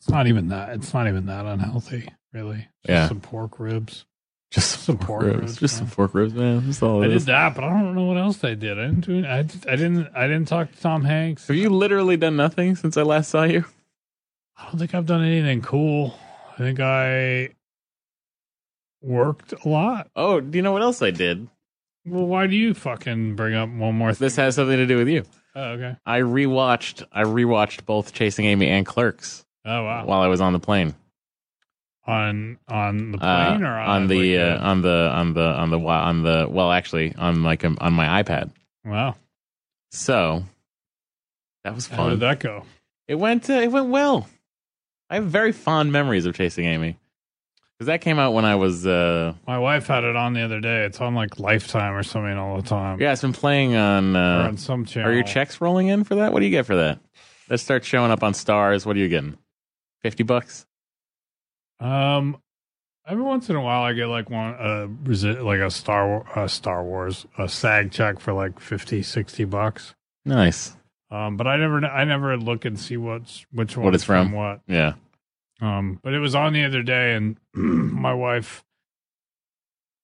it's not even that. It's not even that unhealthy, really. Just
Yeah.
some pork ribs.
Just
Some pork ribs,
Just some
man.
pork ribs, man. That's all it
I
is.
did that, but I don't know what else I did. I didn't do. I, d- I didn't. I didn't talk to Tom Hanks.
Have you literally done nothing since I last saw you?
I don't think I've done anything cool. I think I worked a lot.
Oh, do you know what else I did?
Well, why do you fucking bring up one more thing?
This has something to do with you.
Oh, okay.
I rewatched I rewatched both Chasing Amy and Clerks
Oh wow.
while I was on the plane.
on on the
uh,
plane or on,
on the
like,
uh, on the on the on the wi- on the well actually on my com- on my iPad.
wow.
So that was
How
fun.
did that go?
It went uh, it went well. I have very fond memories of chasing Amy because that came out when I was uh,
My wife had it on the other day. It's on like Lifetime or something all the time.
yeah. It's been playing on.
Or
Uh,
on some channel.
are your checks rolling in for that? What do you get for that? That starts showing up on stars. What are you getting? Fifty bucks.
Um, every once in a while, I get like one, uh, resi- like a Star War, a Star Wars, a SAG check for like 50, 60 bucks.
Nice.
Um, but I never, I never look and see what's which one
What it's from.
what.
Yeah.
Um, but it was on the other day, and my wife,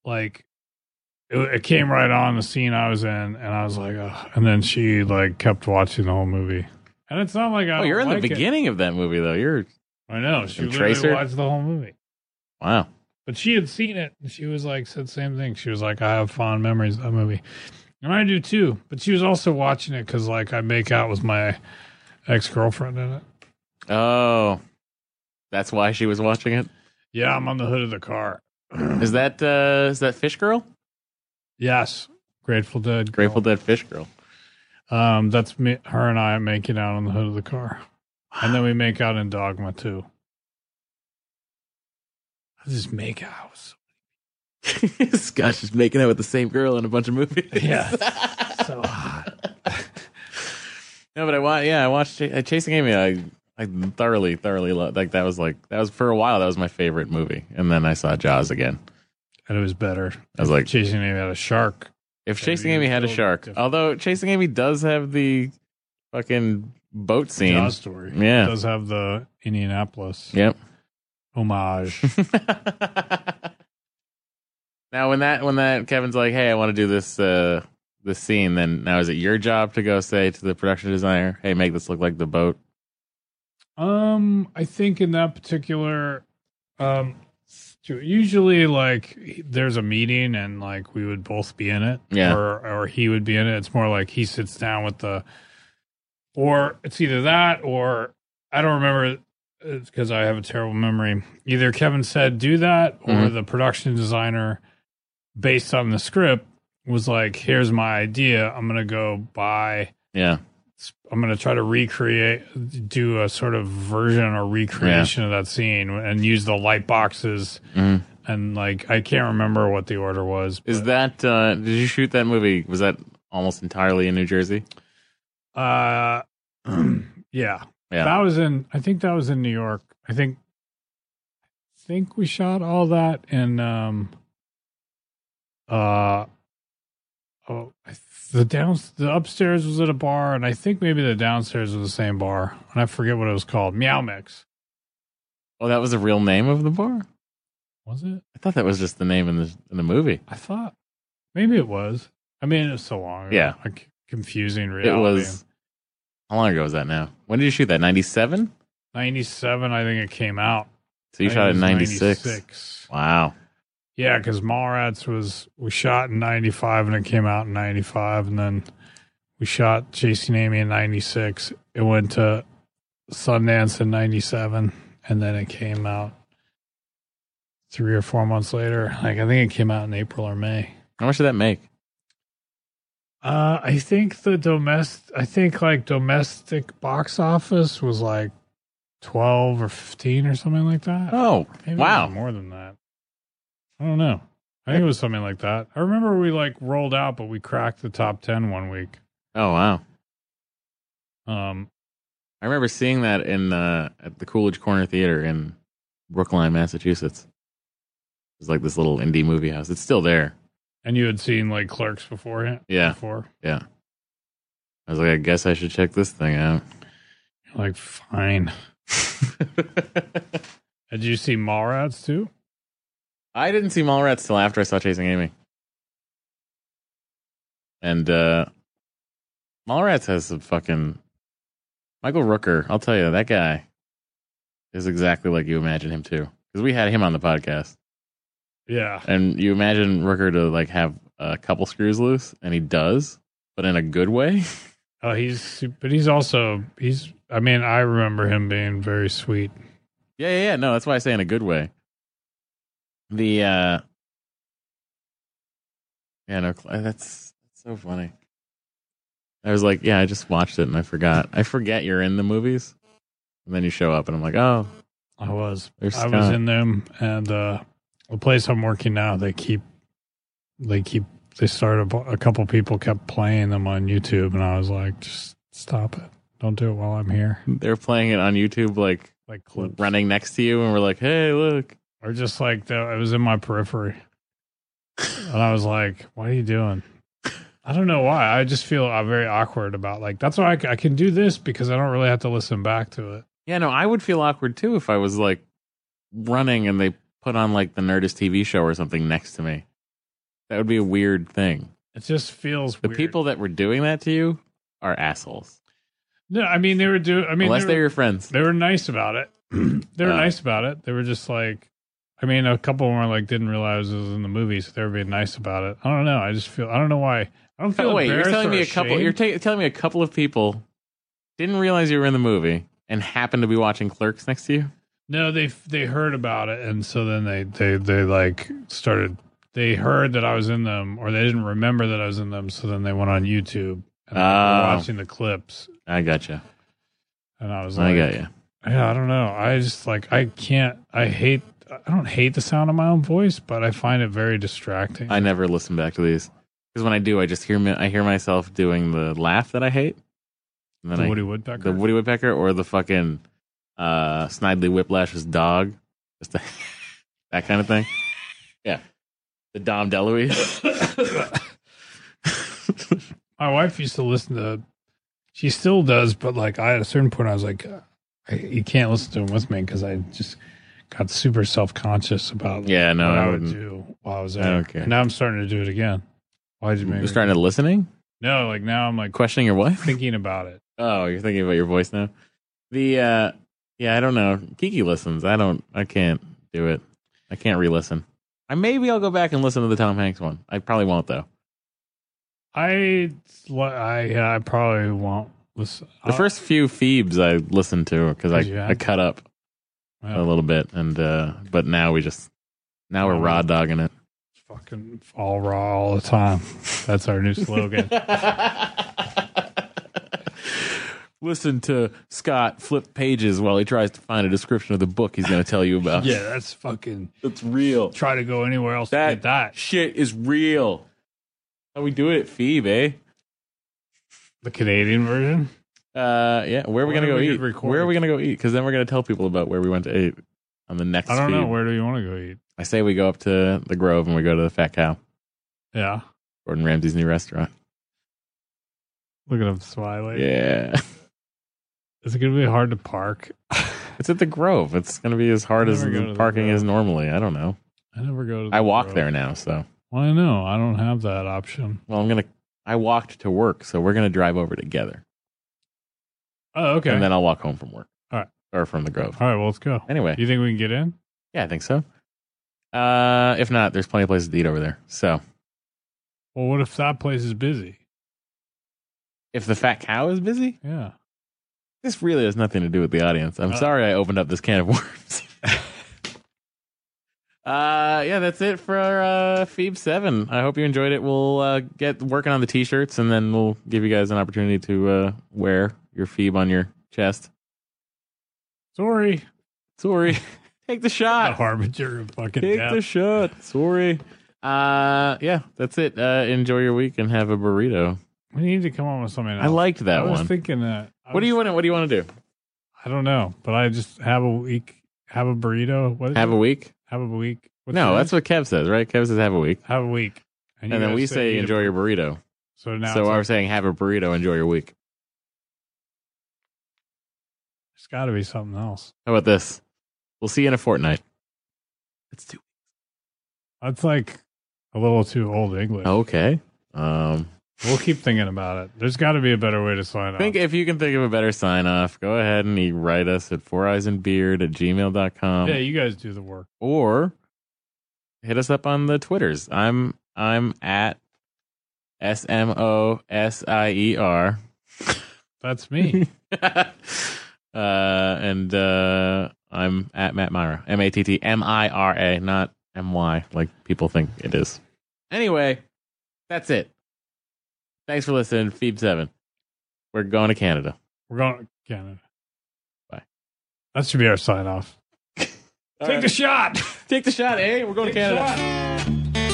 like, it, it came right on the scene I was in, and I was like, Ugh. and then she like kept watching the whole movie. And it's not like I
Oh,
don't
you're in the
like it.
beginning of that movie though. You're
I know she
And
literally
Tracer?
watched the whole movie.
wow.
but she had seen it and she was like said the same thing she was like i have fond memories of that movie and i do too but she was also watching it because like i make out with my ex-girlfriend in it
Oh, that's why she was watching it.
yeah i'm on the hood of the car
Is that uh, is that Fish Girl?
yes grateful dead girl.
Grateful Dead Fish Girl.
um that's me her and i making out on the hood of the car and then we make out in dogma too i just make out with so-
Scott's just making out with the same girl in a bunch of movies.
Yeah. so hot
no, but I wa- yeah, I watched Ch- uh, Chasing Amy. I I thoroughly, thoroughly loved. Like that was like that was for a while. That was my favorite movie, and then I saw Jaws again.
and it was better
I was like,
chasing him at a shark
if
Maybe
Chasing
it
Amy
was
had a
still
shark,
different.
although Chasing Amy does have the fucking boat scene.
Jaws story
Yeah.
it does have the indianapolis
Yep.
homage.
now when that when that Kevin's like, hey, I want to do this uh this scene, then now is it your job to go say to the production designer, hey, make this look like the boat?
um, I think in that particular, um, stu- usually like there's a meeting and like we would both be in it,
Yeah.
or or he would be in it. It's more like he sits down with the, or it's either that or I don't remember because I have a terrible memory. Either Kevin said do that, or
Mhm.
the production designer, based on the script, was like, "Here's my idea. I'm gonna go buy."
Yeah.
I'm going to try to recreate, do a sort of version or recreation of that scene and use the light boxes.
Mhm.
And like, I can't remember what the order was.
Is
but,
that uh did you shoot that movie? Was that almost entirely in New Jersey?
Uh, yeah.
Yeah.
That was in, I think that was in New York. I think, I think we shot all that in, um, uh, oh, I th- the down, the upstairs was at a bar, and I think maybe the downstairs was the same bar, and I forget what it was called. Meow Mix.
Oh, that was the real name of the bar?
Was it?
I thought that was just the name in the in the movie.
I thought maybe it was. I mean, it was so long. ago.
Yeah.
like confusing
It
reality.
was how long ago was that now? When did you shoot that? Ninety seven?
ninety-seven. I think it came out.
So you
I
shot
think
it in
it was
ninety six.
96.
Wow.
Yeah, because Mallrats was we shot in ninety-five and it came out in ninety-five, and then we shot Chasing Amy in ninety-six. It went to Sundance in ninety-seven, and then it came out three or four months later. Like I think it came out in April or May.
How much did that make?
Uh, I think the domestic, I think like domestic box office was like twelve or fifteen or something like that.
Oh,
Maybe it was
wow.
more than that. I don't know. I think it was something like that. I remember we like rolled out, but we cracked the top ten one week.
Oh wow!
Um,
I remember seeing that in uh, at the Coolidge Corner Theater in Brookline, Massachusetts. It's like this little indie movie house. It's still there.
and you had seen like Clerks beforehand.
Yeah,
Before,
I was like, I guess I should check this thing out.
You're like fine. Did you see Mallrats too?
I didn't see Mallrats till after I saw Chasing Amy, and uh, Mallrats has some fucking Michael Rooker. I'll tell you, that guy is exactly like you imagine him too. Because we had him on the podcast.
Yeah.
And you imagine Rooker to like have a couple screws loose, and he does, but in a good way.
Oh, he's but he's also he's. I mean, I remember him being very sweet.
yeah, yeah, yeah. No, that's why I say in a good way. the uh yeah no Cl- that's that's so funny i was like yeah i just watched it and i forgot i forget you're in the movies and then you show up and i'm like oh
I was.
there's
I
Scott.
was in them, and uh, the place I'm working now, they keep, they keep, they started. A couple people kept playing them on YouTube, and I was like, just stop it. Don't do it while I'm here.
they're playing it on youtube like
Like clips.
running next to you and we're like hey look
or just like the, it was in my periphery, and I was like, "What are you doing?" I don't know why. I just feel uh, very awkward about like that's why I, c- I can do this because I don't really have to listen back to it.
yeah no i would feel awkward too if i was like running and they put on like the nerdist tv show or something next to me that would be a weird thing
It just feels
the
weird.
people that were doing that to you are assholes
No, I mean they were doing. I mean,
unless
they were-
they're your friends
They were nice about it. they were
Uh.
nice about it. They were just like, I mean, a couple more like didn't realize it was in the movie, so they were being nice about it. I don't know. I just feel I don't know why. I don't feel.
Oh, wait, you're
embarrassed
telling
or
me a couple. You're
ashamed.
ta- telling me a couple of people didn't realize you were in the movie and happened to be watching Clerks next to you.
no, they they heard about it, and so then they they they like started. They heard that I was in them, or they didn't remember that I was in them. So then they went on YouTube and they were
Oh.
watching the clips,
I gotcha.
and I was
I
like,
got you.
Yeah, I don't know. I just like I can't. I hate. I don't hate the sound of my own voice, but I find it very distracting.
I never listen back to these because when I do, I just hear me. I hear myself doing the laugh that I hate. And then
the
I,
Woody Woodpecker.
the Woody Woodpecker or the fucking uh, Snidely Whiplash's dog, just the, that kind of thing. Yeah, the Dom DeLuise.
my wife used to listen to she still does but like i at a certain point i was like I, you can't listen to him with me because i just got super self-conscious about
yeah, no,
what i,
I
would
wouldn't.
do while i was
I
there
don't care.
And now i'm starting to do it again why'd you make me
You're starting to listening,
no like now i'm like
questioning your wife.
thinking about it
Oh, you're thinking about your voice now. The uh yeah, I don't know. Kiki listens. I don't I can't do it. I can't re-listen. I maybe I'll go back and listen to the Tom Hanks one. I probably won't though.
i i i probably won't listen
The first few Phoebes I listened to because I,
Did you have-
I cut up
Yeah.
a little bit and uh but now we just now we're
Um,
raw dogging it.
fucking all raw all the time that's our new slogan
Listen to Scott flip pages while he tries to find a description of the book he's going to tell you about.
yeah that's fucking
it's real.
try to go anywhere else
That-
to get that
shit is real. How we do it eh? at Phoebe?
the canadian version
Uh, yeah. Where are we
Why
gonna
don't
go
we
eat?
get recorded?
Where are we gonna go eat? Because then we're gonna tell people about where we went to eat on the next.
i don't know
Phoebe.
where do you want to go eat
I say we go up to the Grove and we go to the Fat Cow,
yeah
Gordon Ramsay's new restaurant.
Look at him smiling.
Yeah,
Is it gonna be hard to park? I
it's at the Grove. It's gonna be as hard
I
as
never go to the
parking
Grove.
is normally. I don't know.
never go to. The
I walk
Grove.
there now, so
Well, I know I don't have that option.
well, I'm gonna. I walked to work, so we're gonna drive over together,
Oh, okay.
and then I'll walk home from work.
All right.
or from the Grove.
All right, well, let's go.
Anyway,
Do you think we can get in?
Yeah, I think so. Uh, if not, there's plenty of places to eat over there. So
Well, what if that place is busy?
if the fat cow is busy,
Yeah.
this really has nothing to do with the audience. I'm
Uh.
sorry I opened up this can of worms. uh, yeah, that's it for uh, Phoebe Seven. I hope you enjoyed it. We'll uh, get working on the t-shirts, and then we'll give you guys an opportunity to uh, wear your Phoebe on your chest.
Sorry.
Sorry, take the
The
shot.
harbinger of fucking
Take
death.
the shot. Sorry. Uh, yeah, that's it. Uh, enjoy your week and have a burrito.
we need to come up with something. Else.
I liked that
I was
one.
thinking that. I
What do you
was-
want? to What do you want to do?
I don't know, but I just have a week. Have a burrito. What is
Have
it?
a week?
Have a week. What's
No,
yours?
that's what Kev says, right? Kev says have a week,
Have a week. you
and then
guys
we say
eat a-
enjoy your burrito.
So now,
so
it's,
I
like,
was saying have a burrito, enjoy your week.
it's got to be something else.
How about this? We'll see you in a fortnight. It's too
That's like a little too old English.
okay. Um,
We'll keep thinking about it. There's got to be a better way to sign
I
off.
think if you can think of a better sign off, go ahead and you write us at four eyes and beard at gmail.com
yeah, you guys do the work.
or hit us up on the twitters. I'm I'm at S M O S I E R.
That's me.
uh, and uh, I'm at Matt Myra. M A T T M I R A, not MY, like people think it is. Anyway, that's it. Thanks for listening, Phoebe7. We're going to Canada.
We're going to Canada.
Bye.
That should be our sign off. Take the shot.
Take the shot, eh? We're going to Canada.